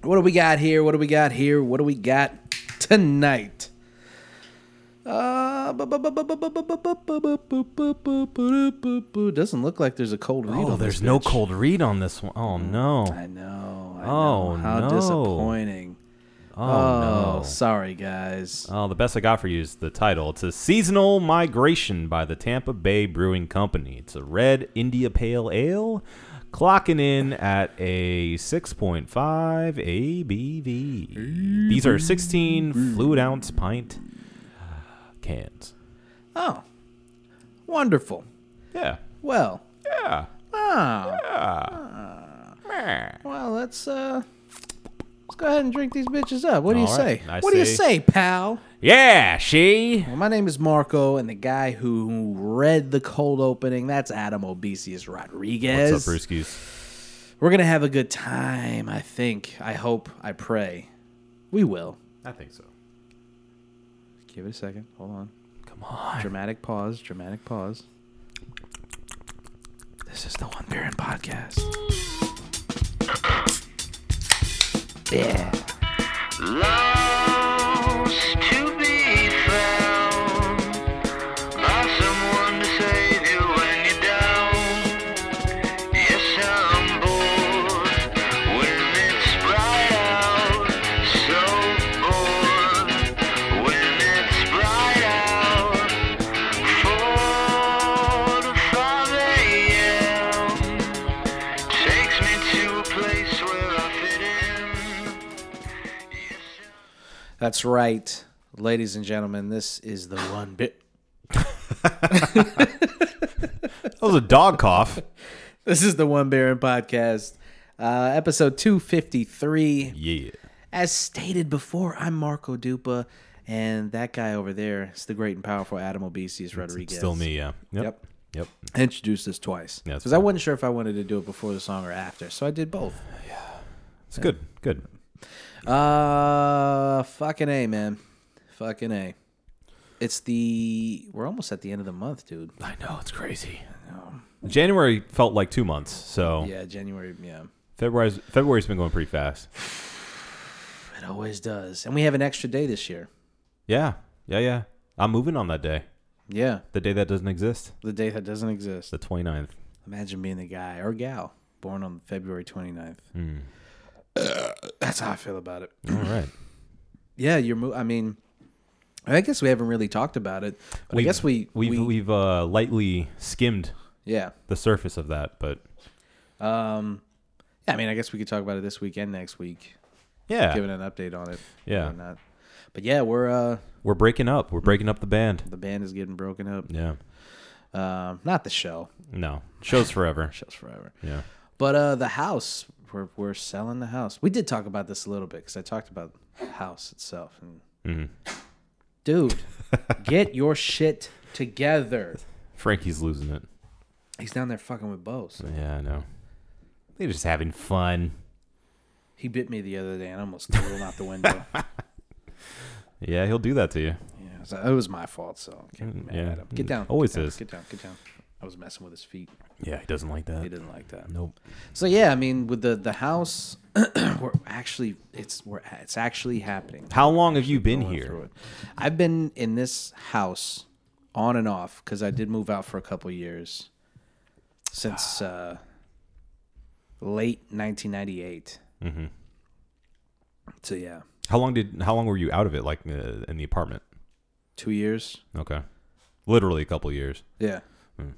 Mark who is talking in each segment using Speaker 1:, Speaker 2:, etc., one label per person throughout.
Speaker 1: What do we got here? What do we got here? What do we got tonight? Uh, doesn't look like there's a cold read.
Speaker 2: Oh,
Speaker 1: on
Speaker 2: there's
Speaker 1: this
Speaker 2: no
Speaker 1: bitch. Mm.
Speaker 2: cold read on this one. Oh no.
Speaker 1: I know. I
Speaker 2: Oh,
Speaker 1: know. How
Speaker 2: no.
Speaker 1: disappointing.
Speaker 2: Oh,
Speaker 1: Oh,
Speaker 2: no.
Speaker 1: sorry guys.
Speaker 2: Oh, the best I got for you is the title. It's a seasonal migration by the Tampa Bay Brewing Company. It's a red India Pale Ale, clocking in at a 6.5 ABV. These are 16 fluid ounce pint cans.
Speaker 1: Oh, wonderful.
Speaker 2: Yeah.
Speaker 1: Well,
Speaker 2: Yeah.
Speaker 1: oh,
Speaker 2: Meh.
Speaker 1: well, let's uh, let's go ahead and drink these bitches up. What do you
Speaker 2: All
Speaker 1: say?
Speaker 2: right. I
Speaker 1: what do you
Speaker 2: say-
Speaker 1: say, pal?
Speaker 2: Yeah, she.
Speaker 1: Well, my name is Marco, and the guy who read the cold opening, that's Adam Obesius Rodriguez.
Speaker 2: What's up, Brewskis?
Speaker 1: We're going to have a good time, I think. I hope. I pray. We will.
Speaker 2: I think so.
Speaker 1: Give it a second. Hold on.
Speaker 2: Come on.
Speaker 1: Dramatic pause. Dramatic pause. This is the One Beer and Podcast. Yeah.
Speaker 3: Lost to be found by someone to save you when you're down. Yes, I'm bored when it's bright out. So bored when it's bright out. Four to five a.m. takes me to a place where I fit in.
Speaker 1: That's right. Ladies and gentlemen, this is the One Beer.
Speaker 2: That was a dog cough.
Speaker 1: This is the One Beer and Podcast, uh, episode 253.
Speaker 2: yeah.
Speaker 1: As stated before, I'm Marco Dupa, and that guy over there is the great and powerful Adam Obesius Rodriguez.
Speaker 2: Still me, yeah.
Speaker 1: Yep.
Speaker 2: Yep.
Speaker 1: I introduced this twice
Speaker 2: Yeah, that's
Speaker 1: because I
Speaker 2: fine.
Speaker 1: wasn't sure if I wanted to do it before the song or after, so I did both.
Speaker 2: It's good. Good.
Speaker 1: Uh, fucking a, man, fucking a. It's the we're almost at the end of the month, dude.
Speaker 2: I know it's crazy. January felt like two months, so
Speaker 1: Yeah, January. Yeah,
Speaker 2: February's February's been going pretty fast.
Speaker 1: it always does, and we have an extra day this year.
Speaker 2: Yeah, yeah, yeah. I'm moving on that day,
Speaker 1: Yeah,
Speaker 2: the day that doesn't exist,
Speaker 1: the day that doesn't exist.
Speaker 2: the 29th.
Speaker 1: Imagine being the guy or gal born on February 29th.
Speaker 2: Hmm.
Speaker 1: That's how I feel about it.
Speaker 2: All right.
Speaker 1: Yeah, you're. Mo- I mean, I guess we haven't really talked about it. But I
Speaker 2: We've-
Speaker 1: guess we
Speaker 2: we've
Speaker 1: we,
Speaker 2: we've uh, lightly skimmed
Speaker 1: yeah.
Speaker 2: the surface of that, but
Speaker 1: yeah. I mean, I guess we could talk about it this week and next week,
Speaker 2: yeah,
Speaker 1: giving an update on it.
Speaker 2: Yeah.
Speaker 1: or not. But yeah, we're uh
Speaker 2: we're breaking up. Mm-hmm. We're breaking up the band.
Speaker 1: the band is getting broken up.
Speaker 2: Yeah.
Speaker 1: Um, not the show.
Speaker 2: No. Shows forever.
Speaker 1: Show's forever.
Speaker 2: Yeah.
Speaker 1: But uh, the house. We're we're selling the house. We did talk about this a little bit because I talked about the house itself and.
Speaker 2: Mm-hmm.
Speaker 1: Dude, get your shit together.
Speaker 2: Frankie's losing it.
Speaker 1: He's down there fucking with Bose.
Speaker 2: Yeah, I know. They're just having fun.
Speaker 1: He bit me the other day and I almost threw him out the window.
Speaker 2: Yeah, he'll do that to you.
Speaker 1: Yeah, so it was my fault. So I can't be
Speaker 2: Mm,
Speaker 1: mad
Speaker 2: yeah.
Speaker 1: at him. Get down.
Speaker 2: Always
Speaker 1: get down,
Speaker 2: is.
Speaker 1: Get down. Get down. I was messing with his feet.
Speaker 2: Yeah, he doesn't like that.
Speaker 1: He didn't like that.
Speaker 2: Nope.
Speaker 1: So yeah, I mean, with the the house, we're actually it's we're it's actually happening.
Speaker 2: How long have you been
Speaker 1: Going
Speaker 2: here?
Speaker 1: through it. I've been in this house on and off because I did move out for a couple years since uh, late 1998. Mm-hmm. So yeah,
Speaker 2: How long did how long were you out of it like uh, in the apartment?
Speaker 1: two years.
Speaker 2: Okay. Literally a couple years.
Speaker 1: Yeah. Hmm.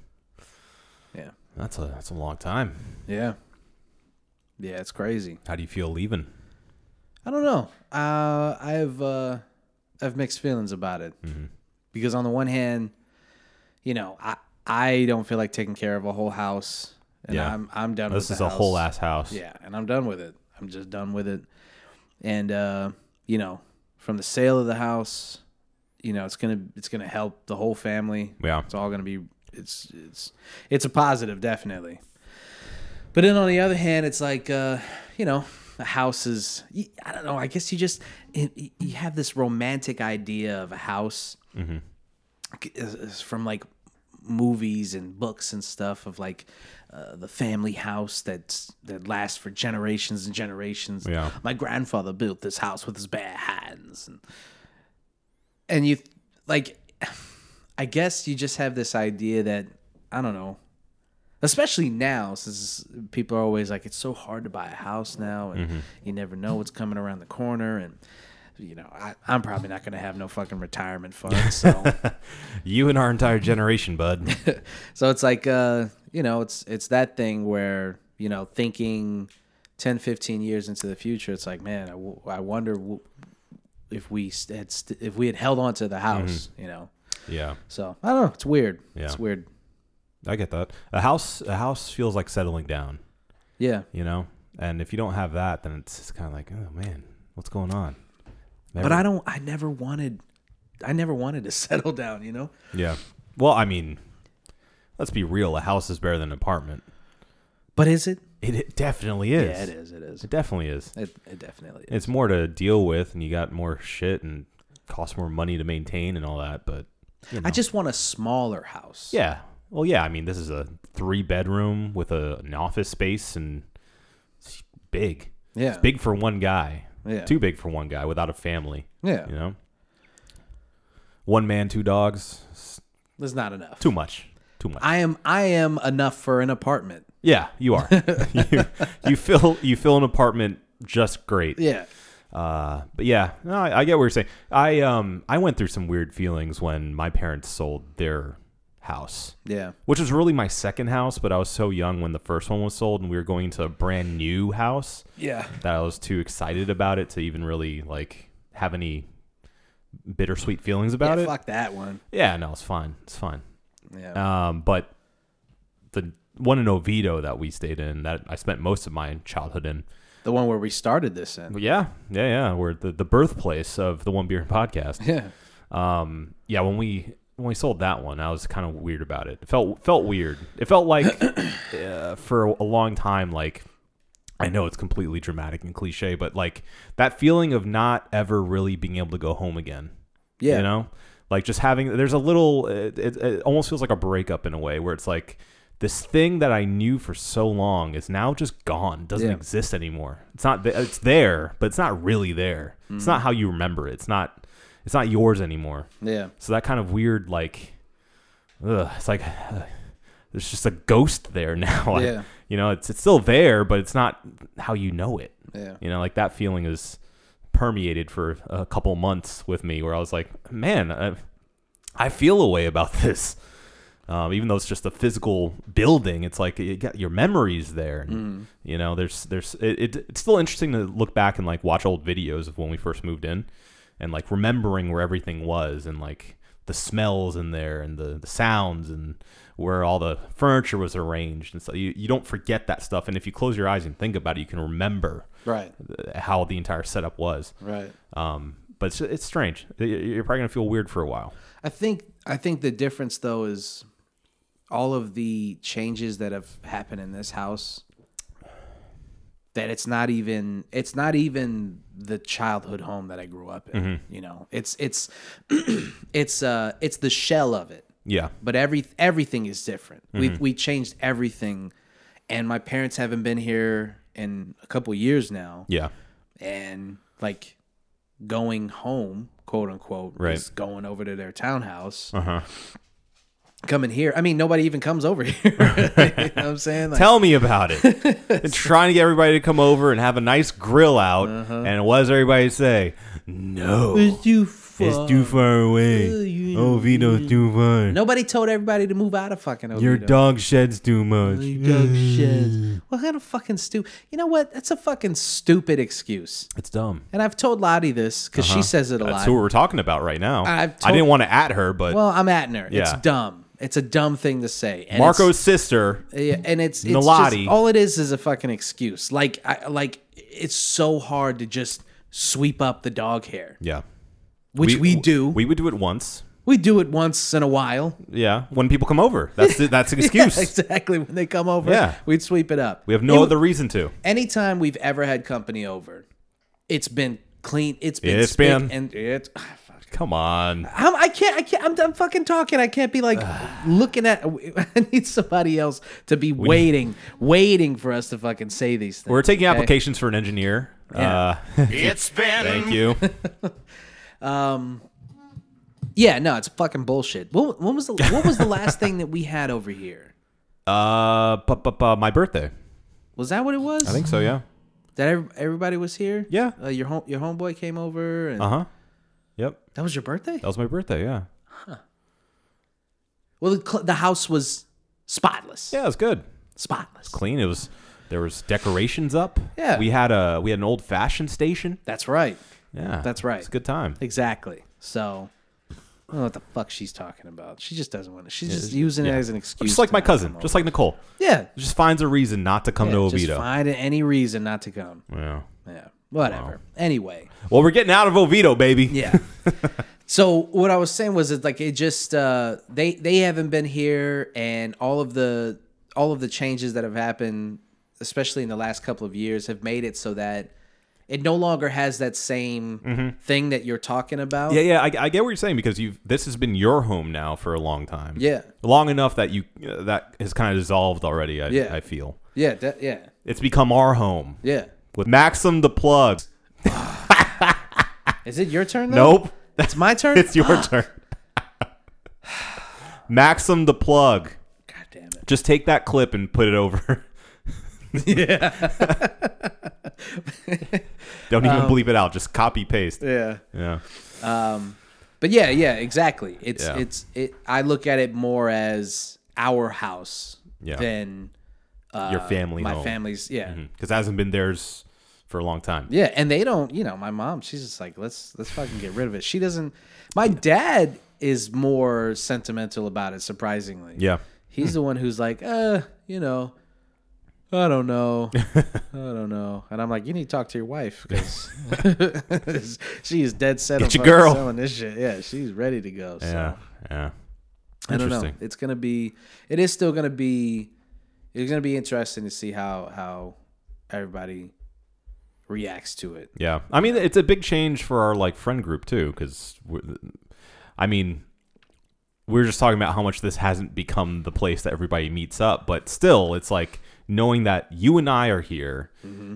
Speaker 1: Yeah.
Speaker 2: That's a that's a long time.
Speaker 1: Yeah. Yeah, it's crazy.
Speaker 2: How do you feel leaving?
Speaker 1: I don't know. Uh, I have uh, I have mixed feelings about it
Speaker 2: Mm-hmm.
Speaker 1: because on the one hand, you know, I I don't feel like taking care of a whole house, and
Speaker 2: Yeah.
Speaker 1: I'm I'm done.
Speaker 2: This
Speaker 1: with
Speaker 2: is
Speaker 1: the
Speaker 2: a whole
Speaker 1: house.
Speaker 2: ass house.
Speaker 1: Yeah, and I'm done with it. I'm just done with it. And uh, you know, from the sale of the house, you know, it's gonna it's gonna help the whole family.
Speaker 2: Yeah.
Speaker 1: It's all gonna be it's it's it's a positive, definitely. But then on the other hand, it's like uh, you know, a house is y- I don't know. I guess you just it, y- you have this romantic idea of a house c- is- is from like movies and books and stuff of like uh, the family house that's that lasts for generations and generations.
Speaker 2: Yeah.
Speaker 1: My grandfather built this house with his bare hands, and and you like, I guess you just have this idea that I don't know. Especially now, since people are always like, it's so hard to buy a house now, and you never know what's coming around the corner, and you know, I, I'm probably not gonna have no fucking retirement fund, so.
Speaker 2: You and our entire generation, bud.
Speaker 1: So it's like uh, you know, it's it's that thing where, you know, thinking 10, 15 years into the future, it's like, man, I, w- I wonder w- if we st- had st- if we had held on to the house, you know.
Speaker 2: yeah,
Speaker 1: So, I don't know, it's weird.
Speaker 2: Mm-hmm. Yeah.
Speaker 1: It's weird.
Speaker 2: I get that. A house, a house feels like settling down,
Speaker 1: Yeah.
Speaker 2: you know. And if you don't have that, then it's, it's kind of like, oh man, what's going on?
Speaker 1: But I don't I never wanted I never wanted to settle down, you know.
Speaker 2: Yeah. Well, I mean, let's be real. A house is better than an apartment.
Speaker 1: But is it?
Speaker 2: It, it definitely is.
Speaker 1: Yeah, it is. It is.
Speaker 2: It definitely is.
Speaker 1: It, it definitely is.
Speaker 2: It's more to deal with, and you got more shit and costs more money to maintain and all that. But
Speaker 1: I just want a smaller house.
Speaker 2: yeah, well, yeah. I mean, this is a three bedroom with a, an office space, and it's big.
Speaker 1: Yeah.
Speaker 2: It's big for one guy.
Speaker 1: Yeah.
Speaker 2: Too big for one guy without a family.
Speaker 1: Yeah.
Speaker 2: You know, one man, two dogs. It's
Speaker 1: There's not enough.
Speaker 2: too much. Too much.
Speaker 1: I am I am enough for an apartment.
Speaker 2: Yeah, you are. you, you fill you fill an apartment just great.
Speaker 1: Yeah.
Speaker 2: Uh, but yeah, no, I, I get what you're saying. I um I went through some weird feelings when my parents sold their house,
Speaker 1: Yeah.
Speaker 2: which was really my second house. But I was so young when the first one was sold, and we were going to a brand new house
Speaker 1: Yeah.
Speaker 2: that I was too excited about it to even really like have any bittersweet feelings about
Speaker 1: yeah,
Speaker 2: it.
Speaker 1: Fuck that one.
Speaker 2: Yeah, no, it's fine. It's fine.
Speaker 1: Yeah.
Speaker 2: Um, but the one in Oviedo that we stayed in, that I spent most of my childhood in.
Speaker 1: the one where we started this in.
Speaker 2: But yeah, yeah, yeah. We're the, the birthplace of the One Beer podcast.
Speaker 1: Yeah.
Speaker 2: Um, yeah, when we when we sold that one, I was kind of weird about it. It felt felt weird. It felt like uh, for a long time, like I know it's completely dramatic and cliche, but like that feeling of not ever really being able to go home again.
Speaker 1: Yeah.
Speaker 2: You know, like just having there's a little it, it, it almost feels like a breakup in a way where it's like this thing that I knew for so long is now just gone, doesn't
Speaker 1: Yeah.
Speaker 2: exist anymore. It's not th- it's there, but it's not really there.
Speaker 1: Mm.
Speaker 2: It's not how you remember it. It's not it's not yours anymore.
Speaker 1: Yeah.
Speaker 2: So that kind of weird like ugh, it's like there's just a ghost there now. Like,
Speaker 1: Yeah.
Speaker 2: you know, it's it's still there, but it's not how you know it.
Speaker 1: Yeah.
Speaker 2: You know, like that feeling is permeated for a couple months with me, where I was like, man, I, I feel a way about this. Um, even though it's just a physical building, it's like you got your memories there. And, You know, there's there's it, it, it's still interesting to look back and like watch old videos of when we first moved in, and like remembering where everything was and like the smells in there and the, the sounds and where all the furniture was arranged and so you, you don't forget that stuff and if you close your eyes and think about it you can remember
Speaker 1: Right.
Speaker 2: th- how the entire setup was.
Speaker 1: Right.
Speaker 2: Um, but it's, it's strange. Y- You're probably gonna feel weird for a while.
Speaker 1: I think I think the difference though is all of the changes that have happened in this house that it's not even it's not even the childhood home that I grew up in.
Speaker 2: Mm-hmm.
Speaker 1: You know, it's it's it's uh it's the shell of it.
Speaker 2: Yeah,
Speaker 1: but every everything is different.
Speaker 2: Mm-hmm.
Speaker 1: We we changed everything, and my parents haven't been here in a couple years now.
Speaker 2: yeah,
Speaker 1: And like going home, quote unquote,
Speaker 2: Right. Uh-huh.
Speaker 1: is going over to their townhouse. Coming here, I mean, nobody even comes over here. you know what I'm saying? Like,
Speaker 2: Tell me about it. It's trying to get everybody to come over and have a nice grill out,
Speaker 1: Uh-huh.
Speaker 2: and what does everybody say? No, it's,
Speaker 1: you fuck.
Speaker 2: too far away.
Speaker 1: uh, you-
Speaker 2: oh, Vito's too far.
Speaker 1: Nobody told everybody to move out of fucking Oviedo.
Speaker 2: Your dog sheds too much.
Speaker 1: Dog shit. What kind of fucking stupid? You know what? That's a fucking stupid excuse.
Speaker 2: It's dumb.
Speaker 1: And I've told Lottie this because she says it a
Speaker 2: Uh-huh. That's
Speaker 1: lot.
Speaker 2: who we're talking about right now.
Speaker 1: I've
Speaker 2: I didn't
Speaker 1: told-
Speaker 2: want to at her, but
Speaker 1: Well, I'm Atner. It's
Speaker 2: Yeah.
Speaker 1: dumb. It's a dumb thing to say. And
Speaker 2: Marco's sister.
Speaker 1: it's, yeah, and it's, it's
Speaker 2: Nalati.
Speaker 1: just- all it is is a fucking excuse. Like I, like it's so hard to just sweep up the dog hair,
Speaker 2: Yeah,
Speaker 1: which we, do. We,
Speaker 2: We would do it once.
Speaker 1: do it once in a while.
Speaker 2: Yeah, when people come over, that's the, that's an excuse.
Speaker 1: exactly when they come over,
Speaker 2: Yeah.
Speaker 1: we'd sweep it up.
Speaker 2: We have no
Speaker 1: It-
Speaker 2: other reason to.
Speaker 1: Anytime we've ever had company over, it's been clean. It's been
Speaker 2: It's
Speaker 1: spick
Speaker 2: been-
Speaker 1: and it's ah,
Speaker 2: Come on.
Speaker 1: I'm, I can't. I can't. I'm, I'm fucking talking. I can't be like looking at. I need somebody else to be waiting, waiting for us to fucking say these things.
Speaker 2: We're taking
Speaker 1: okay?
Speaker 2: applications for an engineer.
Speaker 1: Yeah.
Speaker 2: Uh,
Speaker 3: It's been
Speaker 2: thank you.
Speaker 1: Yeah, no, it's fucking bullshit. When, when was the What was the last thing that we had over here?
Speaker 2: Uh, bu- bu- bu- my birthday.
Speaker 1: Was that what it was?
Speaker 2: I think so. Yeah.
Speaker 1: that ev- everybody was here.
Speaker 2: Yeah.
Speaker 1: uh, your home, your homeboy came over, and
Speaker 2: Uh huh. Yep.
Speaker 1: that was your birthday.
Speaker 2: That was my birthday. Yeah.
Speaker 1: Well, the, cl- the house was spotless.
Speaker 2: Yeah, it was good.
Speaker 1: spotless.
Speaker 2: Clean. It was. There was decorations up.
Speaker 1: Yeah.
Speaker 2: We had a we had an old fashioned station.
Speaker 1: That's right.
Speaker 2: Yeah.
Speaker 1: That's right.
Speaker 2: It's a good time.
Speaker 1: Exactly. So, I don't know what the fuck she's talking about. She just doesn't want to. She's just using it as an excuse.
Speaker 2: Just like
Speaker 1: to
Speaker 2: my
Speaker 1: not come
Speaker 2: cousin.
Speaker 1: over.
Speaker 2: Just like Nicole.
Speaker 1: yeah.
Speaker 2: Just finds a reason not to come to
Speaker 1: yeah, just
Speaker 2: Oviedo.
Speaker 1: find any reason not to come.
Speaker 2: Yeah.
Speaker 1: Yeah. Whatever. Anyway.
Speaker 2: Well, we're getting out of Oviedo, baby.
Speaker 1: Yeah. so what I was saying was it like it just uh, they they haven't been here, and all of the all of the changes that have happened, especially in the last couple of years, have made it so that it no longer has that same thing that you're talking about.
Speaker 2: Mm-hmm. Yeah, yeah, I, I get what you're saying because you've this has been your home now for a long time.
Speaker 1: Yeah.
Speaker 2: long enough that you uh, that has kind of dissolved already. I,
Speaker 1: Yeah.
Speaker 2: I feel
Speaker 1: Yeah. That, yeah.
Speaker 2: it's become our home
Speaker 1: Yeah.
Speaker 2: with Maxim the plug.
Speaker 1: Is it your turn? Though?
Speaker 2: Nope,
Speaker 1: It's my turn.
Speaker 2: it's your turn. Maxim the plug.
Speaker 1: God damn it.
Speaker 2: Just take that clip and put it over. yeah. Don't even bleep it out. Just copy paste.
Speaker 1: Um, Yeah.
Speaker 2: Yeah.
Speaker 1: But yeah, yeah, exactly. It's
Speaker 2: Yeah.
Speaker 1: it's it. I look at it more as our house
Speaker 2: Yeah.
Speaker 1: than uh,
Speaker 2: Your family
Speaker 1: my
Speaker 2: home. Mm-hmm.
Speaker 1: family's. Yeah,
Speaker 2: Because hasn't been theirs for a long time.
Speaker 1: yeah, and they don't. You know, my mom. She's just like, let's let's fucking get rid of it. She doesn't. My dad is more sentimental about it. Surprisingly,
Speaker 2: Yeah.
Speaker 1: he's the one who's like, uh, you know, I don't know, I don't know, and I'm like, you need to talk to your wife because she is dead set
Speaker 2: Get
Speaker 1: on
Speaker 2: your girl.
Speaker 1: selling this shit. Yeah, she's ready to go. So.
Speaker 2: Yeah. Yeah.
Speaker 1: I don't know.
Speaker 2: Interesting.
Speaker 1: It's gonna be. It is still gonna be. It's gonna be interesting to see how how everybody reacts to it.
Speaker 2: Yeah, I mean it's a big change for our like friend group too, because I mean we were just talking about how much this hasn't become the place that everybody meets up, but still, it's like knowing that you and I are here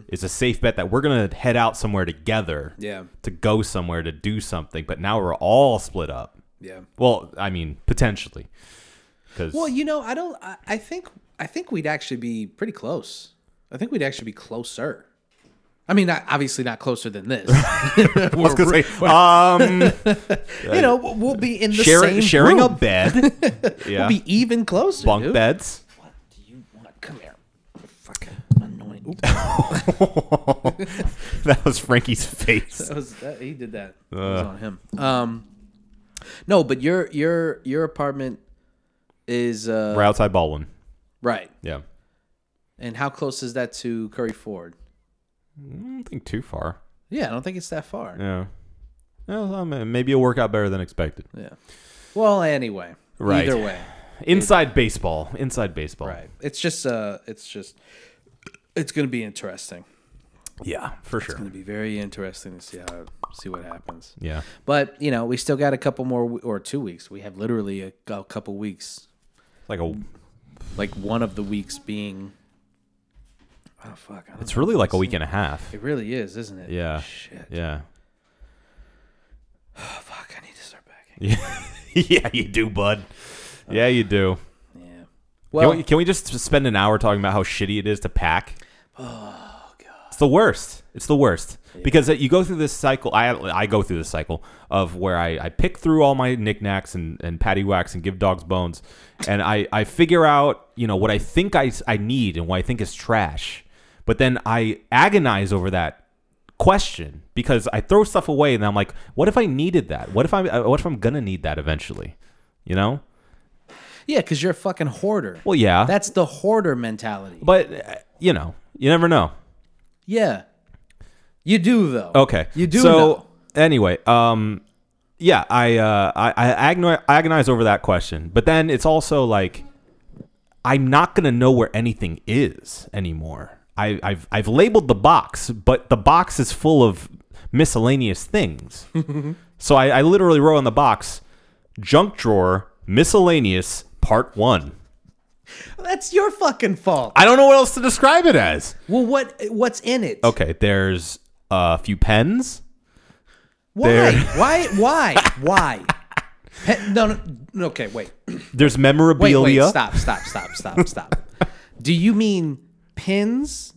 Speaker 2: is a safe bet that we're gonna head out somewhere together
Speaker 1: Yeah.
Speaker 2: to go somewhere to do something. But now we're all split up.
Speaker 1: Yeah.
Speaker 2: Well, I mean potentially, because
Speaker 1: Well, you know, I don't. I, I think. I think we'd actually be pretty close. I think we'd actually be closer. I mean, not, obviously not closer than this.
Speaker 2: was gonna say, um,
Speaker 1: you know, we'll be in the
Speaker 2: sharing
Speaker 1: same
Speaker 2: sharing
Speaker 1: room.
Speaker 2: a bed, yeah,
Speaker 1: We'll be even closer.
Speaker 2: bunk
Speaker 1: dude.
Speaker 2: beds.
Speaker 1: What do you want? Come here. Fucking annoying. Oop,
Speaker 2: that was Frankie's face.
Speaker 1: That was that, he did that. It was on him. Um, no, but your your your apartment is uh,
Speaker 2: We're outside Baldwin.
Speaker 1: right.
Speaker 2: Yeah.
Speaker 1: And how close is that to Curry Ford?
Speaker 2: I don't think too far.
Speaker 1: Yeah, I don't think it's that far. Yeah.
Speaker 2: Yeah. Well, I mean, maybe it'll work out better than expected.
Speaker 1: Well, anyway.
Speaker 2: Right.
Speaker 1: Either way.
Speaker 2: Inside baseball. Inside baseball.
Speaker 1: Right. It's just uh, it's just, it's gonna be interesting.
Speaker 2: Yeah, for
Speaker 1: It's
Speaker 2: sure.
Speaker 1: gonna be very interesting to see how see what happens.
Speaker 2: Yeah.
Speaker 1: But you know, we still got a couple more w- or two weeks. We have literally a, a couple weeks
Speaker 2: Like a
Speaker 1: like one of the weeks being. Oh fuck! I don't
Speaker 2: it's
Speaker 1: know.
Speaker 2: really like a week and a half.
Speaker 1: It really is, isn't it?
Speaker 2: Yeah.
Speaker 1: Shit.
Speaker 2: Yeah.
Speaker 1: Oh, fuck! I need to start backing.
Speaker 2: Yeah. yeah, you do, bud. Yeah, you do.
Speaker 1: Yeah.
Speaker 2: Can
Speaker 1: Well,
Speaker 2: we- can we just spend an hour talking about how shitty it is to pack? It's the worst. It's the worst because uh, you go through this cycle. I I go through this cycle of where I, I pick through all my knickknacks and, and patty wax and give dogs bones, and I, I figure out you know what I think I, s- I need and what I think is trash, but then I agonize over that question because I throw stuff away and I'm like, what if I needed that? What if I am what if I'm gonna need that eventually? You know?
Speaker 1: yeah, because you're a fucking hoarder.
Speaker 2: Well, yeah,
Speaker 1: That's the hoarder mentality.
Speaker 2: but uh, you know you never know.
Speaker 1: yeah. You do though.
Speaker 2: Okay.
Speaker 1: You do.
Speaker 2: So
Speaker 1: know.
Speaker 2: anyway, um, yeah, I uh, I, I agno- agonize over that question, but then it's also like I'm not gonna know where anything is anymore. I, I've I've labeled the box, but the box is full of miscellaneous things. so I, I literally wrote on the box, junk drawer, miscellaneous, part one.
Speaker 1: That's your fucking fault.
Speaker 2: I don't know what else to describe it as.
Speaker 1: Well, what what's in it?
Speaker 2: Okay, there's a few pens.
Speaker 1: Why?
Speaker 2: there.
Speaker 1: Why? Why? Why? Pe- no, no, no. Okay, wait.
Speaker 2: There's
Speaker 1: Wait,
Speaker 2: memorabilia.
Speaker 1: wait. Stop, stop, stop, stop, stop. Do you mean pins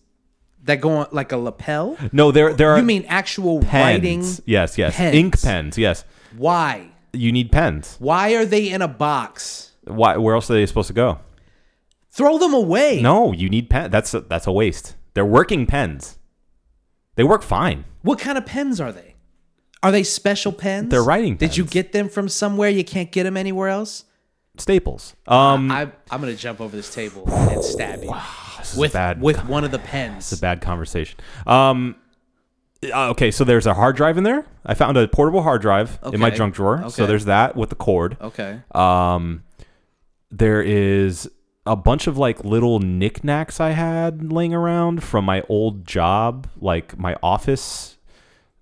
Speaker 1: that go on like a lapel?
Speaker 2: No, there there are
Speaker 1: You mean actual
Speaker 2: pens.
Speaker 1: writing?
Speaker 2: Yes, yes.
Speaker 1: pens?
Speaker 2: Ink pens. Yes.
Speaker 1: Why?
Speaker 2: You need pens.
Speaker 1: Why are they in a box?
Speaker 2: Why? Where else are they supposed to go?
Speaker 1: Throw them away.
Speaker 2: No, you need pen. That's a, that's a waste. They're working pens. They work fine.
Speaker 1: What kind of pens are they? Are they special pens?
Speaker 2: They're writing
Speaker 1: Did you
Speaker 2: pens.
Speaker 1: get them from somewhere? You can't get them anywhere else.
Speaker 2: Staples. Um,
Speaker 1: I, I'm gonna jump over this table and stab you
Speaker 2: this is
Speaker 1: with
Speaker 2: bad.
Speaker 1: with one of the pens.
Speaker 2: It's a bad conversation. Um, uh, okay, so there's a hard drive in there. I found a portable hard drive in my
Speaker 1: Okay.
Speaker 2: junk drawer. So
Speaker 1: Okay.
Speaker 2: there's that with the cord.
Speaker 1: Okay.
Speaker 2: Um, there is a bunch of like little knickknacks I had laying around from my old job, like my office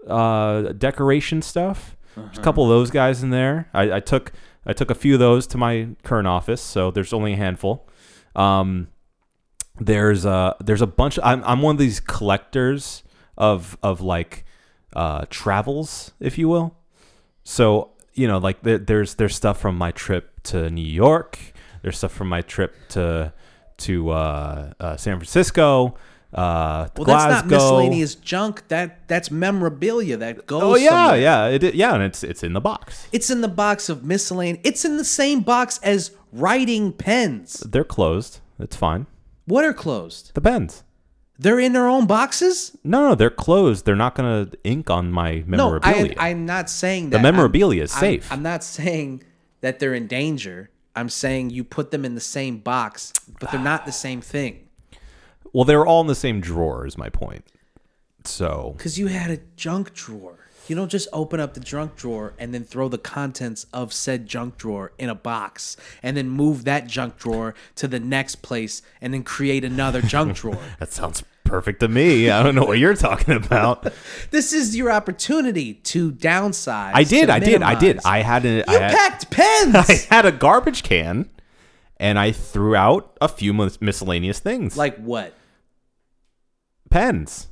Speaker 2: uh, decoration stuff. There's
Speaker 1: Uh-huh.
Speaker 2: a couple of those guys in there. I, I took I took a few of those to my current office, so there's only a handful. Um, there's a there's a bunch. I'm I'm one of these collectors of of like uh, travels, if you will. So you know, like there, there's there's stuff from my trip to New York. There's stuff from my trip to to uh, uh, San Francisco. Uh,
Speaker 1: Well, that's
Speaker 2: Glasgow.
Speaker 1: not miscellaneous junk. That that's memorabilia that goes.
Speaker 2: Oh yeah,
Speaker 1: somewhere.
Speaker 2: yeah, it, i- yeah, and it's it's in the box.
Speaker 1: It's in the box of miscellaneous. It's in the same box as writing pens.
Speaker 2: They're closed. It's fine.
Speaker 1: What are closed?
Speaker 2: The pens.
Speaker 1: They're in their own boxes.
Speaker 2: No, no, they're closed. They're not gonna ink on my
Speaker 1: No, I,
Speaker 2: memorabilia.
Speaker 1: I'm not saying that.
Speaker 2: the memorabilia is
Speaker 1: I'm, I'm-
Speaker 2: safe.
Speaker 1: I'm, not saying that they're in danger. I'm saying you put them in the same box, but they're not the same thing.
Speaker 2: well, they were all in the same drawer. Is my point. So
Speaker 1: Because you had a junk drawer. You don't just open up the junk drawer and then throw the contents of said junk drawer in a box and then move that junk drawer to the next place and then create another junk drawer.
Speaker 2: that sounds perfect to me. I don't know what you're talking about.
Speaker 1: This is your opportunity to downsize.
Speaker 2: I did.
Speaker 1: to
Speaker 2: I did. I did.
Speaker 1: minimize.
Speaker 2: I had an. I
Speaker 1: you
Speaker 2: had,
Speaker 1: packed pens.
Speaker 2: I had a garbage can, and I threw out a few mis- miscellaneous things
Speaker 1: like what?
Speaker 2: pens,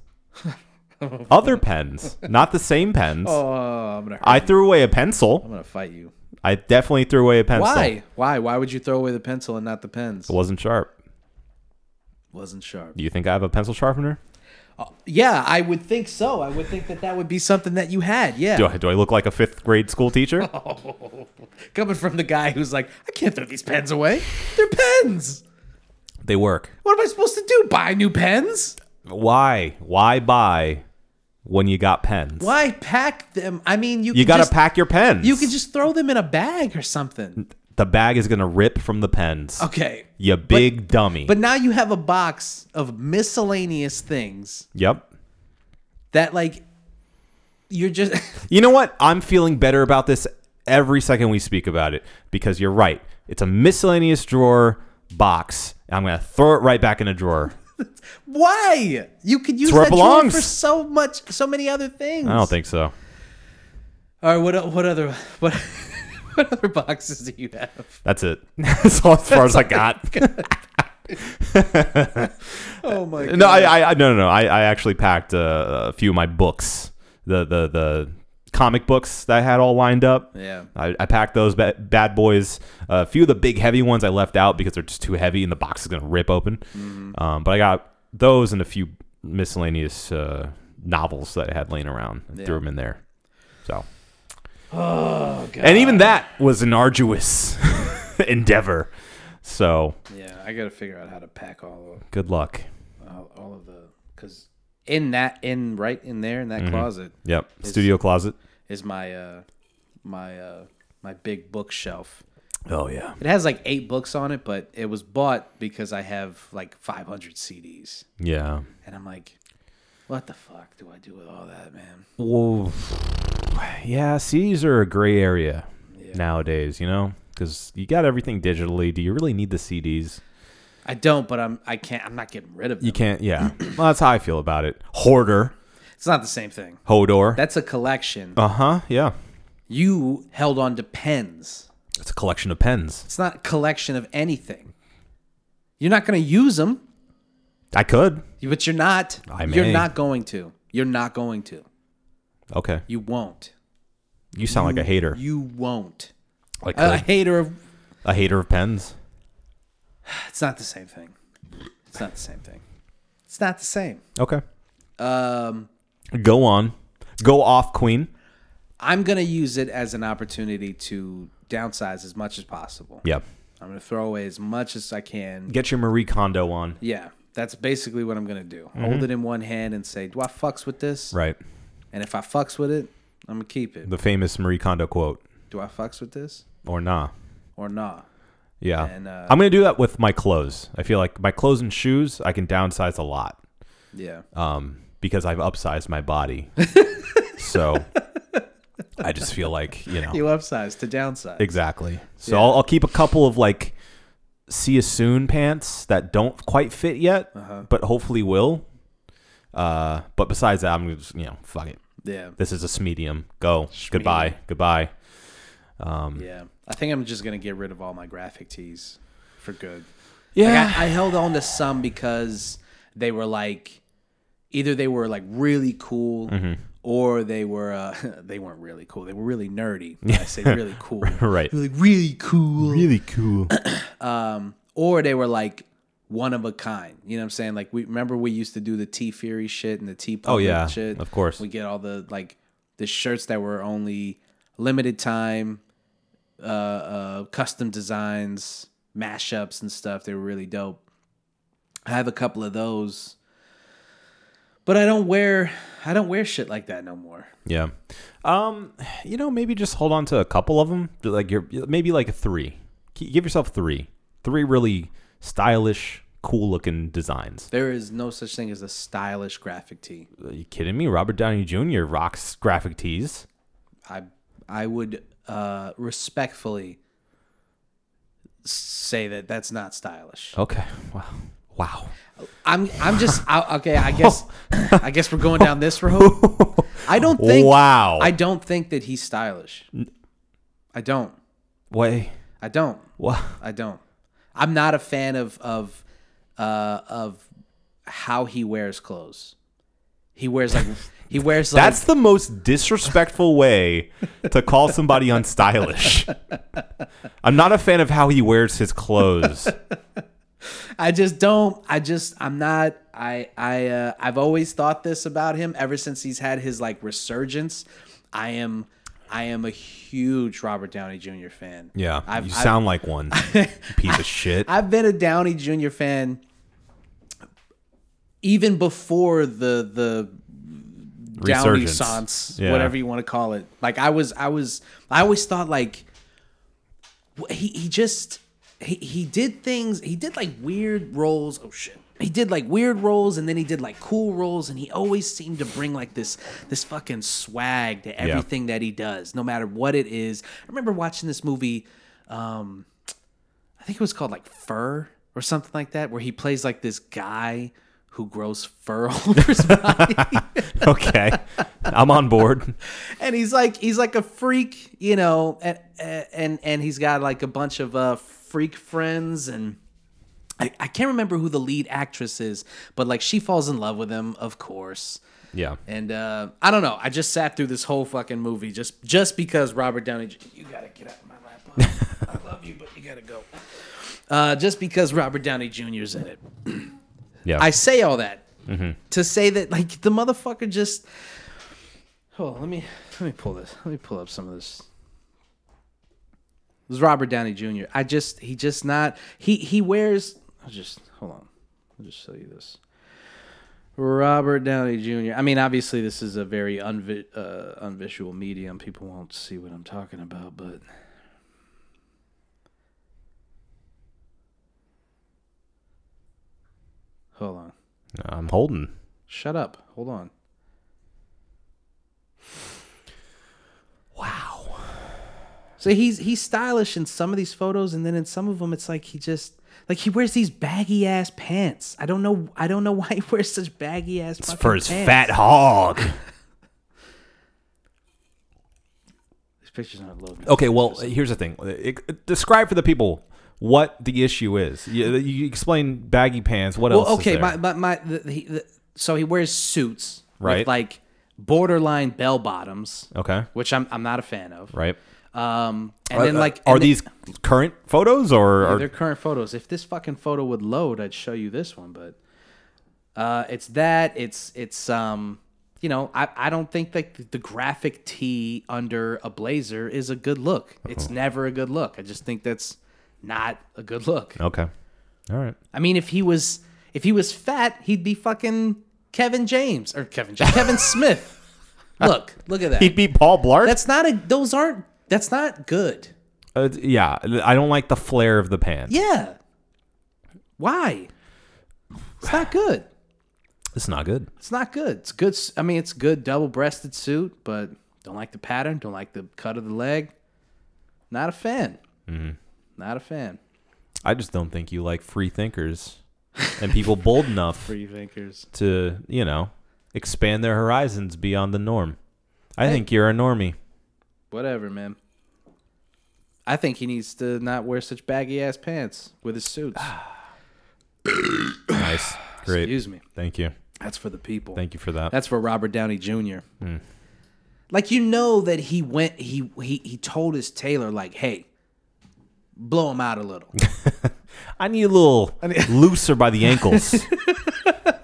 Speaker 2: other pens, not the same pens.
Speaker 1: Oh, I'm gonna.
Speaker 2: I threw away a pencil.
Speaker 1: I'm gonna fight you.
Speaker 2: I definitely threw away a pencil.
Speaker 1: Why? Why? Why would you throw away the pencil and not the pens?
Speaker 2: It wasn't sharp.
Speaker 1: Wasn't sharp.
Speaker 2: Do you think I have a pencil sharpener?
Speaker 1: Yeah, I would think so. I would think that that would be something that you had. Yeah.
Speaker 2: Do I, do I look like a fifth grade school teacher?
Speaker 1: Coming from the guy who's like, I can't throw these pens away. They're pens.
Speaker 2: they work.
Speaker 1: What am I supposed to do? Buy new pens?
Speaker 2: Why? Why buy when you got pens?
Speaker 1: Why pack them? I mean, you
Speaker 2: You
Speaker 1: can
Speaker 2: got to
Speaker 1: just-
Speaker 2: pack your pens.
Speaker 1: You can just throw them in a bag or something.
Speaker 2: the bag is going to rip from the pens.
Speaker 1: Okay.
Speaker 2: You big dummy.
Speaker 1: But now you have a box of miscellaneous things
Speaker 2: yep.
Speaker 1: that like you're just
Speaker 2: You know what? I'm feeling better about this every second we speak about it because you're right. It's a miscellaneous drawer box. and I'm going to throw it right back in a drawer.
Speaker 1: why? You could use
Speaker 2: where
Speaker 1: that
Speaker 2: it
Speaker 1: drawer
Speaker 2: belongs.
Speaker 1: for so much so many other things.
Speaker 2: I don't think so.
Speaker 1: All right, what o- what other what what other boxes do you have?
Speaker 2: That's it. That's all as far as I got.
Speaker 1: Oh my god.
Speaker 2: No, I, I, I no, no, no. I, I actually packed uh, a few of my books, the, the, the comic books that I had all lined up.
Speaker 1: Yeah.
Speaker 2: I, I packed those ba- bad boys. a few of the big heavy ones I left out because they're just too heavy and the box is gonna rip open. Um, but I got those and a few miscellaneous uh, novels that I had laying around and threw them in there. So. And even that was an arduous endeavor. So
Speaker 1: Yeah, I got to figure out how to pack all of
Speaker 2: good luck.
Speaker 1: all, all of the because in that in right in there in that closet
Speaker 2: Yep. Studio closet.
Speaker 1: is my uh my uh my big bookshelf.
Speaker 2: Oh yeah.
Speaker 1: It has like eight books on it, but it was bought because I have like 500 CDs,
Speaker 2: Yeah.
Speaker 1: and I'm like, what the fuck do I do with all that, man?
Speaker 2: Well, yeah, CDs are a gray area nowadays, you know, because you got everything digitally. Do you really need the CDs?
Speaker 1: I don't, but I'm I can't. I'm not getting rid of them.
Speaker 2: You can't. Yeah, well, that's how I feel about it. Hoarder.
Speaker 1: It's not the same thing.
Speaker 2: Hodor.
Speaker 1: That's a collection.
Speaker 2: Uh huh. Yeah.
Speaker 1: You held on to pens.
Speaker 2: It's a collection of pens.
Speaker 1: It's not a collection of anything. You're not going to use them,
Speaker 2: I could.
Speaker 1: but you're not.
Speaker 2: I
Speaker 1: You're
Speaker 2: may.
Speaker 1: not going to. You're not going to.
Speaker 2: Okay.
Speaker 1: You won't.
Speaker 2: You sound like a hater.
Speaker 1: You won't.
Speaker 2: like
Speaker 1: A
Speaker 2: a,
Speaker 1: hater of.
Speaker 2: a hater of pens.
Speaker 1: It's not the same thing. It's not the same thing. It's not the same.
Speaker 2: Okay.
Speaker 1: Um,
Speaker 2: Go on. Go off, Queen.
Speaker 1: I'm gonna use it as an opportunity to downsize as much as possible.
Speaker 2: Yeah.
Speaker 1: I'm gonna throw away as much as I can.
Speaker 2: Get your Marie Kondo on.
Speaker 1: Yeah, that's basically what I'm gonna do.
Speaker 2: Mm-hmm.
Speaker 1: Hold it in one hand and say, "Do I fucks with this?"
Speaker 2: Right.
Speaker 1: And if I fucks with it, I'm gonna keep it.
Speaker 2: The famous Marie Kondo quote.
Speaker 1: Do I fucks with this
Speaker 2: Or nah.
Speaker 1: or nah?
Speaker 2: Yeah.
Speaker 1: And, uh,
Speaker 2: I'm going to do that with my clothes. I feel like my clothes and shoes, I can downsize a lot
Speaker 1: Yeah.
Speaker 2: um, because I've upsized my body. so I just feel like, you know.
Speaker 1: You upsize to downsize.
Speaker 2: Exactly. So
Speaker 1: Yeah.
Speaker 2: I'll, I'll keep a couple of like see you soon pants that don't quite fit yet,
Speaker 1: Uh-huh.
Speaker 2: but hopefully will. Uh, but besides that, I'm just you know fuck it.
Speaker 1: yeah.
Speaker 2: This is a medium. Go. Goodbye. Goodbye.
Speaker 1: Yeah. I think I'm just gonna get rid of all my graphic tees for good. Like,
Speaker 2: Yeah.
Speaker 1: I, I held on to some because they were like, either they were like really cool, or they were uh, they weren't really cool. They were really nerdy. When I say really cool,
Speaker 2: Right.
Speaker 1: They were, like really cool,
Speaker 2: really cool.
Speaker 1: or they were like one of a kind. You know what I'm saying? Like we remember we used to do the T Fury shit and the T Public
Speaker 2: Oh, yeah.
Speaker 1: shit.
Speaker 2: Of course.
Speaker 1: we get all the like the shirts that were only limited time, uh, uh, custom designs, mashups and stuff. They were really dope. I have a couple of those, but I don't wear I don't wear shit like that no more.
Speaker 2: yeah. Um, you know, maybe just hold on to a couple of them. Like you're maybe like a three. G- Give yourself three. Three really stylish, cool looking designs.
Speaker 1: There is no such thing as a stylish graphic tee.
Speaker 2: Are you kidding me? Robert Downey Jr. rocks graphic tees.
Speaker 1: I I would uh, respectfully say that that's not stylish.
Speaker 2: Okay. Wow. Wow.
Speaker 1: I'm I'm just I, okay. I guess I guess we're going down this road. I don't think.
Speaker 2: Wow.
Speaker 1: I don't think that he's stylish. I don't.
Speaker 2: Wait.
Speaker 1: I don't.
Speaker 2: What?
Speaker 1: I don't. I'm not a fan of of uh, of how he wears clothes. He wears like he wears like
Speaker 2: That's the most disrespectful way to call somebody unstylish. I'm not a fan of how he wears his clothes.
Speaker 1: I just don't. I just. I'm not. I. I. Uh, I've always thought this about him ever since he's had his like resurgence. I am. I am a huge Robert Downey Jr. fan.
Speaker 2: Yeah.
Speaker 1: I've,
Speaker 2: you
Speaker 1: I've-
Speaker 2: sound like one piece of shit.
Speaker 1: I've been a Downey Jr. fan even before the the Downey
Speaker 2: Resurgence.
Speaker 1: Sans,
Speaker 2: Yeah.
Speaker 1: whatever you want to call it. Like I was, I was, I always thought like wh- he he just he he did things. He did like weird roles. Oh shit. He did like weird roles and then he did like cool roles and he always seemed to bring like this this fucking swag to everything that he does, no matter what it is. I remember watching this movie um I think it was called like Fur or something like that where he plays like this guy who grows fur all over his body.
Speaker 2: Okay. I'm on board.
Speaker 1: and he's like he's like a freak, you know, and and and he's got like a bunch of uh, freak friends and. I, I can't remember who the lead actress is, but like she falls in love with him, of course.
Speaker 2: Yeah.
Speaker 1: And uh, I don't know. I just sat through this whole fucking movie just just because Robert Downey. Jr. You gotta get out of my lap. bud. I love you, but you gotta go. Uh, just because Robert Downey Jr.'s in it.
Speaker 2: Yeah.
Speaker 1: I say all that to say that like the motherfucker just. Hold on, let me let me pull this. Let me pull up some of this. This is Robert Downey Jr. I just he just not he he wears. I'll just hold on. I'll just show you this. Robert Downey Jr. I mean, obviously this is a very unvi- uh, unvisual medium. People won't see what I'm talking about, but hold on.
Speaker 2: I'm holding.
Speaker 1: Shut up. Hold on.
Speaker 2: Wow.
Speaker 1: So he's he's stylish in some of these photos, and then in some of them, it's like he just Like he wears these baggy ass pants. I don't know. I don't know why he wears such baggy ass.
Speaker 2: It's
Speaker 1: fucking
Speaker 2: for his
Speaker 1: pants.
Speaker 2: fat hog.
Speaker 1: These pictures aren't loading.
Speaker 2: Okay, well, here's the thing. I- Describe for the people what the issue is. You, you explain baggy pants. What
Speaker 1: Well,
Speaker 2: else? is
Speaker 1: oh, okay.
Speaker 2: there?
Speaker 1: My my, my the, the, the, so he wears suits, with,
Speaker 2: Right.
Speaker 1: like borderline bell bottoms,
Speaker 2: okay,
Speaker 1: which I'm I'm not a fan of.
Speaker 2: right.
Speaker 1: Um, and then like
Speaker 2: are
Speaker 1: and then-
Speaker 2: these current photos or
Speaker 1: Yeah,
Speaker 2: are,
Speaker 1: They're current photos. If this fucking photo would load, I'd show you this one, but uh, it's that. It's it's um, you know, I I don't think like the, the graphic tee under a blazer is a good look.
Speaker 2: Oh.
Speaker 1: It's never a good look. I just think that's not a good look.
Speaker 2: okay? All right.
Speaker 1: I mean, if he was if he was fat, he'd be fucking Kevin James or Kevin James, Kevin Smith. Look, look at that.
Speaker 2: He beat Paul Blart.
Speaker 1: that's not a. Those aren't. That's not good.
Speaker 2: Uh, yeah, I don't like the flare of the pants.
Speaker 1: Yeah. Why? It's not good.
Speaker 2: It's not good.
Speaker 1: It's not good. It's good. s- I mean, it's good double-breasted suit, but don't like the pattern. Don't like the cut of the leg. Not a fan.
Speaker 2: Mm-hmm.
Speaker 1: Not a fan.
Speaker 2: I just don't think you like free thinkers and people bold enough
Speaker 1: Free thinkers.
Speaker 2: to, you know, expand their horizons beyond the norm. I think you're a normie.
Speaker 1: Whatever, man. I think he needs to not wear such baggy ass pants with his suits.
Speaker 2: Ah. Nice. Great.
Speaker 1: Excuse me.
Speaker 2: Thank you.
Speaker 1: That's for the people.
Speaker 2: Thank you Hmm. for that.
Speaker 1: That's for Robert Downey Jr. Like you know that he went he he he told his tailor like, "Hey, blow him out a little."
Speaker 2: I need a little looser by the ankles.